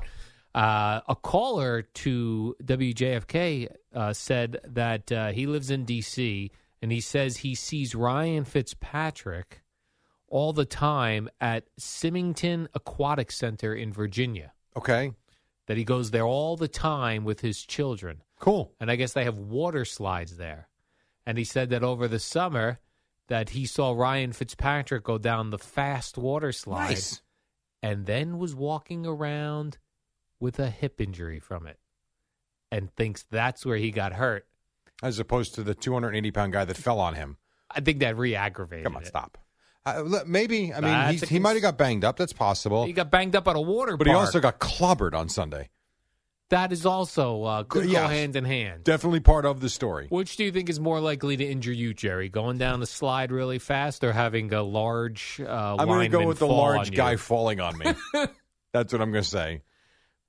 Speaker 2: uh, a caller to WJFK uh, said that uh, he lives in D.C. and he says he sees Ryan Fitzpatrick all the time at Symington Aquatic Center in Virginia.
Speaker 1: Okay.
Speaker 2: That he goes there all the time with his children
Speaker 1: Cool.
Speaker 2: and I guess they have water slides there. And he said that over the summer that he saw Ryan Fitzpatrick go down the fast water slide
Speaker 1: Nice.
Speaker 2: and then was walking around with a hip injury from it and thinks that's where he got hurt.
Speaker 1: As opposed to the 280 pound guy that fell on him.
Speaker 2: I think that re-aggravated
Speaker 1: Come on,
Speaker 2: it.
Speaker 1: stop. Uh, look, maybe. I
Speaker 2: That's
Speaker 1: mean, he's,
Speaker 2: a
Speaker 1: he
Speaker 2: cons-
Speaker 1: might have got banged up. That's possible.
Speaker 2: He got banged up at a water
Speaker 1: but he
Speaker 2: park.
Speaker 1: also got clobbered on Sunday.
Speaker 2: that is also uh, could go
Speaker 1: Yes.
Speaker 2: hand in hand.
Speaker 1: Definitely part of the story.
Speaker 2: Which do you think is more likely to injure you, Jerry? Going down the slide really fast or having a large uh,
Speaker 1: I'm
Speaker 2: going to
Speaker 1: go with the large guy
Speaker 2: *laughs*
Speaker 1: falling on me. That's what I'm going to say.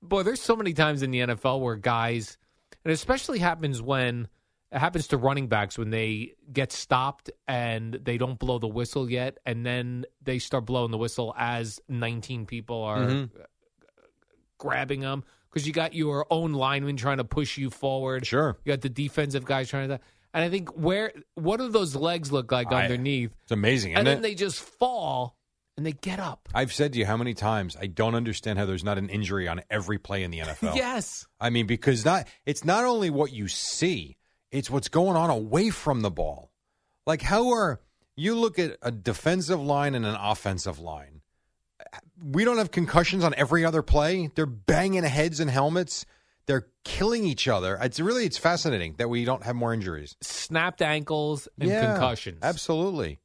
Speaker 2: boy, there's so many times in the NFL where guys, and it especially happens when it happens to running backs when they get stopped and they don't blow the whistle yet, and then they start blowing the whistle as 19 people are
Speaker 1: Mhm.
Speaker 2: grabbing them because you got your own lineman trying to push you forward.
Speaker 1: Sure.
Speaker 2: You got the defensive guys trying to. And I think where what do those legs look like
Speaker 1: I-
Speaker 2: underneath?
Speaker 1: It's amazing, isn't
Speaker 2: And then
Speaker 1: it?
Speaker 2: they just fall and they get up.
Speaker 1: I've said to you how many times I don't understand how there's not an injury on every play in the
Speaker 2: *laughs*
Speaker 1: NFL.
Speaker 2: Yes.
Speaker 1: I mean, because not it's not only what you see, it's what's going on away from the ball. Like how are you look at a defensive line and an offensive line. We don't have concussions on every other play. They're banging heads and helmets. They're killing each other. It's really it's fascinating that we don't have more injuries
Speaker 2: Snapped ankles and concussions.
Speaker 1: Absolutely,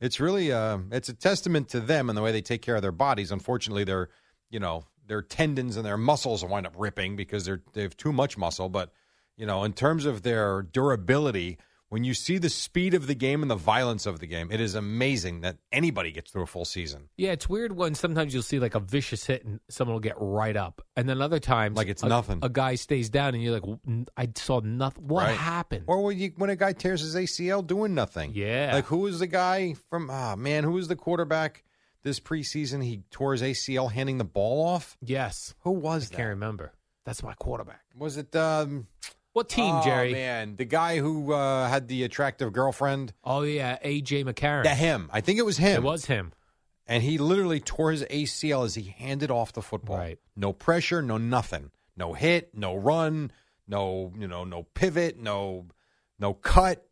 Speaker 1: it's really uh, it's a testament to them and the way they take care of their bodies. Unfortunately, their you know their tendons and their muscles wind up ripping because they're they have too much muscle. But you know, in terms of their durability, when you see the speed of the game and the violence of the game, it is amazing that anybody gets through a full season.
Speaker 2: Yeah, it's weird when sometimes you'll see like a vicious hit and someone will get right up, and then other times
Speaker 1: Like it's
Speaker 2: a-
Speaker 1: nothing.
Speaker 2: A guy stays down, and you're like, "W- n- I saw nothing. What
Speaker 1: Right.
Speaker 2: happened?
Speaker 1: Or when, you, when a guy tears his ACL doing nothing.
Speaker 2: Yeah.
Speaker 1: Like, who was the guy from, ah, man, who was the quarterback this preseason he tore his ACL handing the ball off?
Speaker 2: Yes.
Speaker 1: Who was
Speaker 2: I can't remember. That's my quarterback.
Speaker 1: Was it um
Speaker 2: what team,
Speaker 1: oh,
Speaker 2: Jerry?
Speaker 1: man, the guy who uh, had the attractive girlfriend?
Speaker 2: Oh yeah, AJ McCarron.
Speaker 1: Yeah, him. I think it was him.
Speaker 2: It was him.
Speaker 1: And he literally tore his ACL as he handed off the football.
Speaker 2: Right.
Speaker 1: No pressure, no nothing. No hit, no run, no, you know, no pivot, no no cut.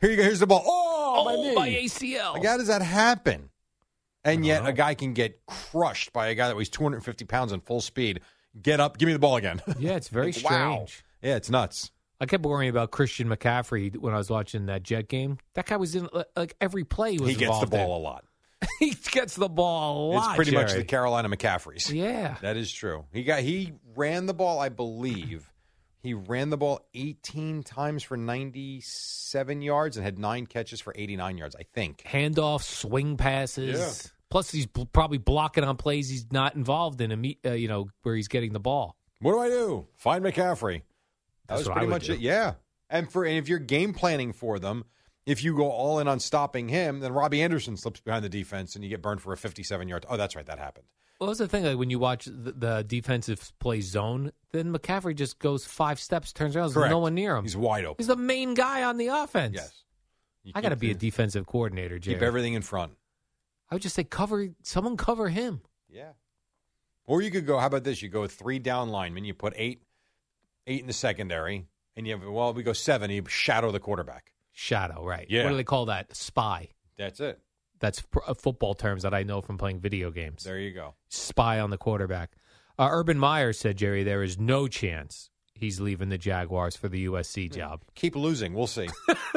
Speaker 1: Here you go, here's the ball. Oh, my knee.
Speaker 2: ACL.
Speaker 1: Like, how does that happen? And yet, a guy can get crushed by a guy that weighs 250 pounds in full speed. Get up, give me the ball again. *laughs*
Speaker 2: Yeah, it's very
Speaker 1: Like, wow.
Speaker 2: strange.
Speaker 1: yeah, it's nuts.
Speaker 2: I kept worrying about Christian McCaffrey when I was watching that Jet game. That guy was in like every play was
Speaker 1: He gets the
Speaker 2: involved in.
Speaker 1: ball a lot.
Speaker 2: *laughs* he gets the ball a lot.
Speaker 1: it's pretty much
Speaker 2: Jerry.
Speaker 1: the Carolina McCaffreys.
Speaker 2: Yeah.
Speaker 1: That is true. He got he ran the ball, I believe. He ran the ball 18 times for 97 yards and had nine catches for 89 yards, I think.
Speaker 2: handoffs, swing passes.
Speaker 1: Yeah.
Speaker 2: Plus, he's bl- probably blocking on plays he's not involved in. imme- Uh, you know where he's getting the ball.
Speaker 1: What do I do? Find McCaffrey. That
Speaker 2: That's
Speaker 1: was
Speaker 2: what I
Speaker 1: pretty
Speaker 2: would
Speaker 1: much
Speaker 2: do.
Speaker 1: it. Yeah. And for and if you're game planning for them, if you go all in on stopping him, then Robbie Anderson slips behind the defense and you get burned for a 57 yard. Oh, that's right, that happened.
Speaker 2: Well, that's the thing. Like when you watch the, the defensive play zone, then McCaffrey just goes five steps, turns around, there's
Speaker 1: Correct.
Speaker 2: no one near him.
Speaker 1: He's wide open.
Speaker 2: He's the main guy on the offense.
Speaker 1: Yes. You
Speaker 2: I got to
Speaker 1: keep-
Speaker 2: be a defensive coordinator, Jerry.
Speaker 1: keep everything in front.
Speaker 2: I would just say cover someone, cover him.
Speaker 1: Yeah. Or you could go. How about this? You go three down linemen. You put eight, eight in the secondary, and you have well, we go seven. You shadow the quarterback.
Speaker 2: Shadow, right?
Speaker 1: Yeah.
Speaker 2: What do they call that? Spy.
Speaker 1: That's it.
Speaker 2: That's pr- uh, football terms that I know from playing video games.
Speaker 1: There you go.
Speaker 2: spy on the quarterback. Uh, Urban Meyer said, Jerry, there is no chance he's leaving the Jaguars for the USC job.
Speaker 1: Keep losing. We'll *laughs* see.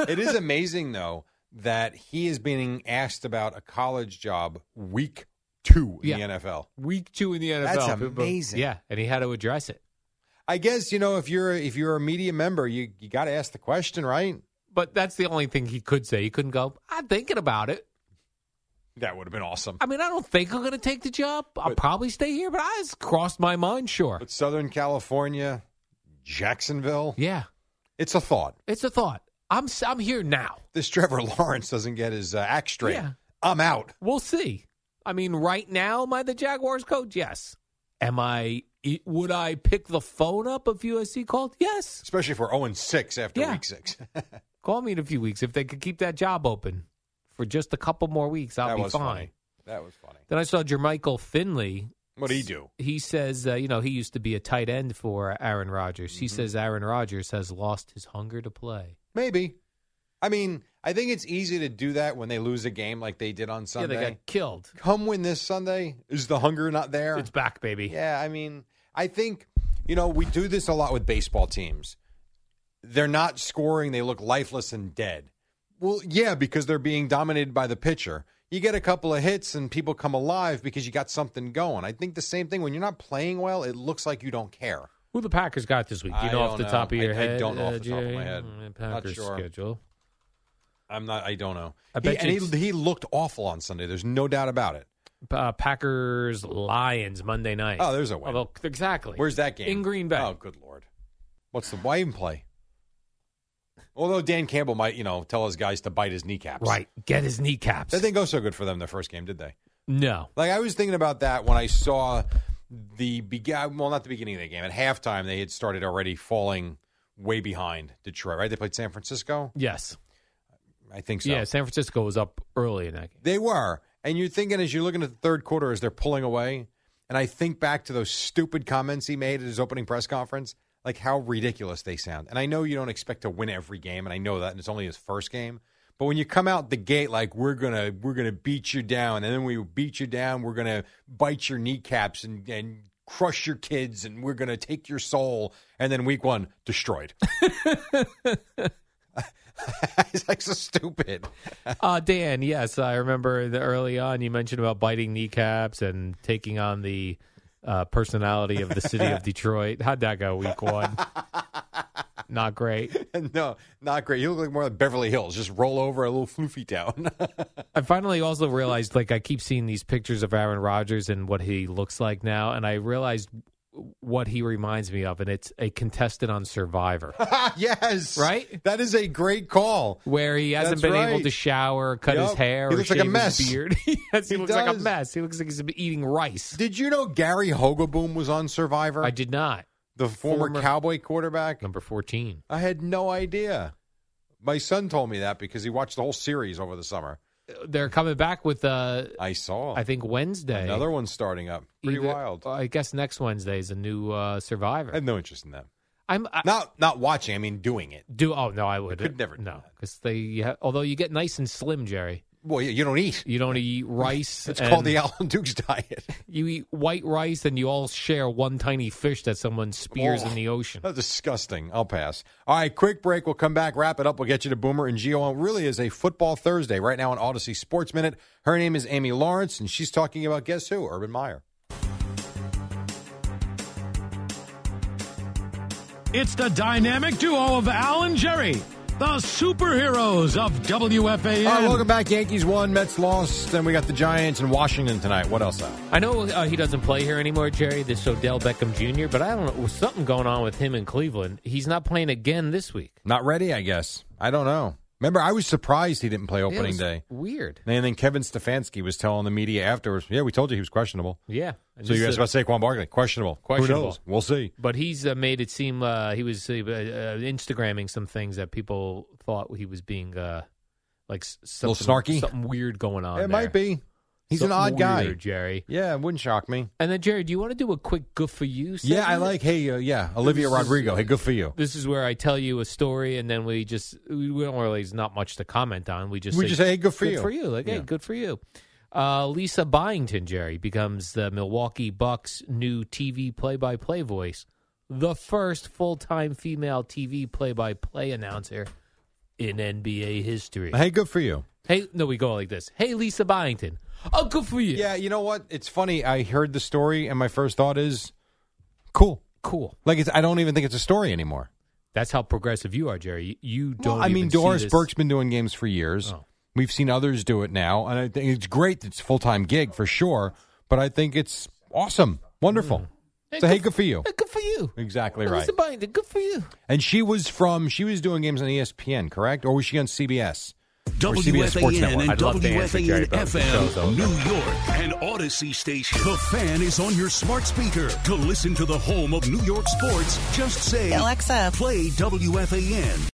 Speaker 1: it is amazing though that he is being asked about a college job week two in
Speaker 2: Yeah.
Speaker 1: the NFL.
Speaker 2: Week two in the NFL.
Speaker 1: That's
Speaker 2: People-
Speaker 1: amazing.
Speaker 2: Yeah, and he had to address it.
Speaker 1: I guess you know if you're if you're a media member, you you got to ask the question, right?
Speaker 2: But that's the only thing he could say. He couldn't go, I'm thinking about it.
Speaker 1: That would have been *laughs* awesome.
Speaker 2: I mean, I don't think I'm going to take the job. I'll
Speaker 1: But-
Speaker 2: probably stay here, but I just crossed my mind, sure.
Speaker 1: But Southern California, Jacksonville,
Speaker 2: yeah,
Speaker 1: it's a thought.
Speaker 2: it's a thought. I'm, s- I'm here now.
Speaker 1: This Trevor *laughs* Lawrence doesn't get his uh, act straight.
Speaker 2: Yeah.
Speaker 1: I'm out.
Speaker 2: We'll see. I mean, right now, am I the Jaguars coach? Yes. Am I, would I pick the phone up if USC called? Yes.
Speaker 1: especially if we're 0 6 after
Speaker 2: Yeah.
Speaker 1: week six. *laughs* that
Speaker 2: Call me in a few weeks if they could keep that job open for just a couple more weeks. I'll be
Speaker 1: was
Speaker 2: fine.
Speaker 1: funny. That was funny.
Speaker 2: Then I saw Jermichael Finley.
Speaker 1: What do you do?
Speaker 2: He says, uh, you know, he used to be a tight end for Aaron Rodgers.
Speaker 1: Mm-hmm.
Speaker 2: He says Aaron Rodgers has lost his hunger to play.
Speaker 1: Maybe. I mean, I think it's easy to do that when they lose a game like they did on Sunday.
Speaker 2: Yeah, they got killed.
Speaker 1: Come win this Sunday. Is the hunger not there?
Speaker 2: It's back, baby.
Speaker 1: Yeah, I mean, I think, you know, we do this a lot with baseball teams. They're not scoring, they look lifeless and dead. Well, yeah, because they're being dominated by the pitcher. You get a couple of hits and people come alive because you got something going. I think the same thing when you're not playing well, it looks like you don't care.
Speaker 2: Who the Packers got this week? Do you
Speaker 1: I
Speaker 2: know off
Speaker 1: don't
Speaker 2: the
Speaker 1: know.
Speaker 2: top of
Speaker 1: I-
Speaker 2: your
Speaker 1: I
Speaker 2: head?
Speaker 1: don't know off the top of
Speaker 2: Jerry?
Speaker 1: my head.
Speaker 2: Mm,
Speaker 1: Not
Speaker 2: Packers
Speaker 1: sure.
Speaker 2: schedule.
Speaker 1: I'm not. I don't know.
Speaker 2: I
Speaker 1: He-
Speaker 2: bet you
Speaker 1: and he, he looked awful on Sunday. There's no doubt about it.
Speaker 2: Uh, Packers Lions Monday night.
Speaker 1: Oh, there's a win.
Speaker 2: Although- exactly.
Speaker 1: Where's that game?
Speaker 2: In Green Bay.
Speaker 1: Oh, good lord. What's the why even play? Although Dan Campbell might, you know, tell his guys to bite his kneecaps.
Speaker 2: Right. Get his kneecaps.
Speaker 1: That didn't go so good for them the first game, did they?
Speaker 2: no.
Speaker 1: Like I was thinking about that when I saw the begin. Well, not the beginning of the game. At halftime, they had started already falling way behind Detroit. Right? They played San Francisco.
Speaker 2: Yes.
Speaker 1: I think so.
Speaker 2: Yeah, San Francisco was up early in that
Speaker 1: *laughs*
Speaker 2: game.
Speaker 1: They were. And you're thinking as you're looking at the third quarter as they're pulling away, and I think back to those stupid comments he made at his opening press conference, like how ridiculous they sound. And I know you don't expect to win every game, and I know that, and it's only his first game. But when you come out the gate like we're gonna we're gonna beat you down, and then we beat you down, we're gonna bite your kneecaps and and crush your kids, and we're gonna take your soul, and then week one destroyed. *laughs* it's like so stupid.
Speaker 2: Uh, Dan, yes, I remember the early on you mentioned about biting kneecaps and taking on the uh, personality of the city
Speaker 1: *laughs*
Speaker 2: of Detroit. How'd that go week one? Not great.
Speaker 1: *laughs* no, not great. You look like more like Beverly Hills. Just roll over a little floofy *laughs* town.
Speaker 2: I finally also realized, like, I keep seeing these pictures of Aaron Rodgers and what he looks like now, and I realized what he reminds me of, and it's a contestant on
Speaker 1: *laughs*
Speaker 2: Survivor.
Speaker 1: Ah, yes. Right? That is a great call.
Speaker 2: Where he hasn't
Speaker 1: That's
Speaker 2: been
Speaker 1: right.
Speaker 2: able to shower, cut his
Speaker 1: Yep.
Speaker 2: hair,
Speaker 1: He
Speaker 2: or
Speaker 1: looks like a
Speaker 2: shave his
Speaker 1: mess.
Speaker 2: beard. *laughs* yes, he,
Speaker 1: He
Speaker 2: looks like a
Speaker 1: does.
Speaker 2: mess. He looks like he's been eating rice.
Speaker 1: Did you know Gary Hogaboom was on Survivor?
Speaker 2: I did not.
Speaker 1: The former,
Speaker 2: Former-
Speaker 1: Cowboy quarterback?
Speaker 2: Number 14.
Speaker 1: I had no idea. My son told me that because he watched the whole series over the summer.
Speaker 2: They're coming back with, uh,
Speaker 1: I saw.
Speaker 2: I think, Wednesday.
Speaker 1: Another one starting up. Pretty
Speaker 2: Either-
Speaker 1: wild.
Speaker 2: I guess next Wednesday is a new uh, Survivor.
Speaker 1: I have no interest in that.
Speaker 2: I'm I,
Speaker 1: Not not watching. I mean, doing it.
Speaker 2: do. Oh no, I would.
Speaker 1: could never do
Speaker 2: No, because they. you ha- although you get nice and slim, Jerry.
Speaker 1: Well, you, you don't eat.
Speaker 2: You don't eat rice.
Speaker 1: It's called
Speaker 2: and
Speaker 1: the *laughs* Alan Dukes diet.
Speaker 2: You eat white rice, and you all share one tiny fish that someone spears in the ocean.
Speaker 1: Oh. That's disgusting. I'll pass. All right, quick break. We'll come back, wrap it up. We'll get you to Boomer and Geo. It really is a football Thursday right now on Odyssey Sports Minute. Her name is Amy Lawrence, and she's talking about guess who? Urban Meyer.
Speaker 5: It's the dynamic duo of Al and Jerry, the superheroes of WFAN.
Speaker 1: All right, welcome back. Yankees won, Mets lost, then we got the Giants and Washington tonight. What else? Al?
Speaker 2: I know uh, he doesn't play here anymore, Jerry. This Odell Beckham Jr., but I don't know. Something going on with him in Cleveland. He's not playing again this week.
Speaker 1: Not ready, I guess. I don't know. Remember, I was surprised he didn't play
Speaker 2: It
Speaker 1: opening
Speaker 2: was
Speaker 1: day.
Speaker 2: Weird.
Speaker 1: And then Kevin Stefanski was telling the media afterwards, yeah, we told you he was questionable.
Speaker 2: Yeah.
Speaker 1: So you
Speaker 2: This
Speaker 1: guys
Speaker 2: is-
Speaker 1: about Saquon Barkley? Questionable.
Speaker 2: Questionable.
Speaker 1: Who knows? We'll see.
Speaker 2: But he's uh, made it seem uh, he was uh, uh, Instagramming some things that people thought he was being uh, like s-
Speaker 1: A little
Speaker 2: something,
Speaker 1: snarky?
Speaker 2: something weird going on.
Speaker 1: it might
Speaker 2: there.
Speaker 1: be. He's an
Speaker 2: Something
Speaker 1: odd guy.
Speaker 2: weird, Jerry.
Speaker 1: Yeah, it wouldn't shock me.
Speaker 2: And then Jerry, do you want to do a quick good for you? Segment?
Speaker 1: Yeah, I like. Hey, uh, yeah, Olivia
Speaker 2: This is-
Speaker 1: Rodrigo. Hey, good for you.
Speaker 2: This is where I tell you a story, and then we just we we don't really there's not much to comment on. We just
Speaker 1: We
Speaker 2: say,
Speaker 1: just say, hey, good for you."
Speaker 2: for you. Like,
Speaker 1: Yeah.
Speaker 2: hey, good for you. Uh, Lisa Byington, Jerry, becomes the Milwaukee Bucks' new TV play-by-play voice, the first full-time female TV play-by-play announcer in NBA history.
Speaker 1: Hey, good for you.
Speaker 2: Hey, no, we go like this. Hey, Lisa Byington. Oh, good for you.
Speaker 1: Yeah, you know what? It's funny. I heard the story, and my first thought is, cool.
Speaker 2: Cool.
Speaker 1: Like, it's, I don't even think it's a story anymore.
Speaker 2: That's how progressive you are, Jerry. You don't.
Speaker 1: I mean,
Speaker 2: even see
Speaker 1: Doris
Speaker 2: this-
Speaker 1: Burke's been doing games for years.
Speaker 2: Oh.
Speaker 1: We've seen others do it now, and I think it's great. It's a full time gig for sure, but I think it's awesome, wonderful. So hey, good for you.
Speaker 2: Mm-hmm. Hey, good for you.
Speaker 1: Exactly right.
Speaker 2: Lisa Byington, good for you.
Speaker 1: And she was from she was doing games on E ESPN, correct? Or was she on CBS? Or CBS Sports
Speaker 4: WFAN
Speaker 1: Network.
Speaker 4: and
Speaker 1: I'd love to answer Jerry
Speaker 4: WFAN
Speaker 1: about the shows, though.
Speaker 4: FM, New York, and Odyssey Station. The fan is on your smart speaker. To listen to the home of New York sports, just say, Alexa, play WFAN.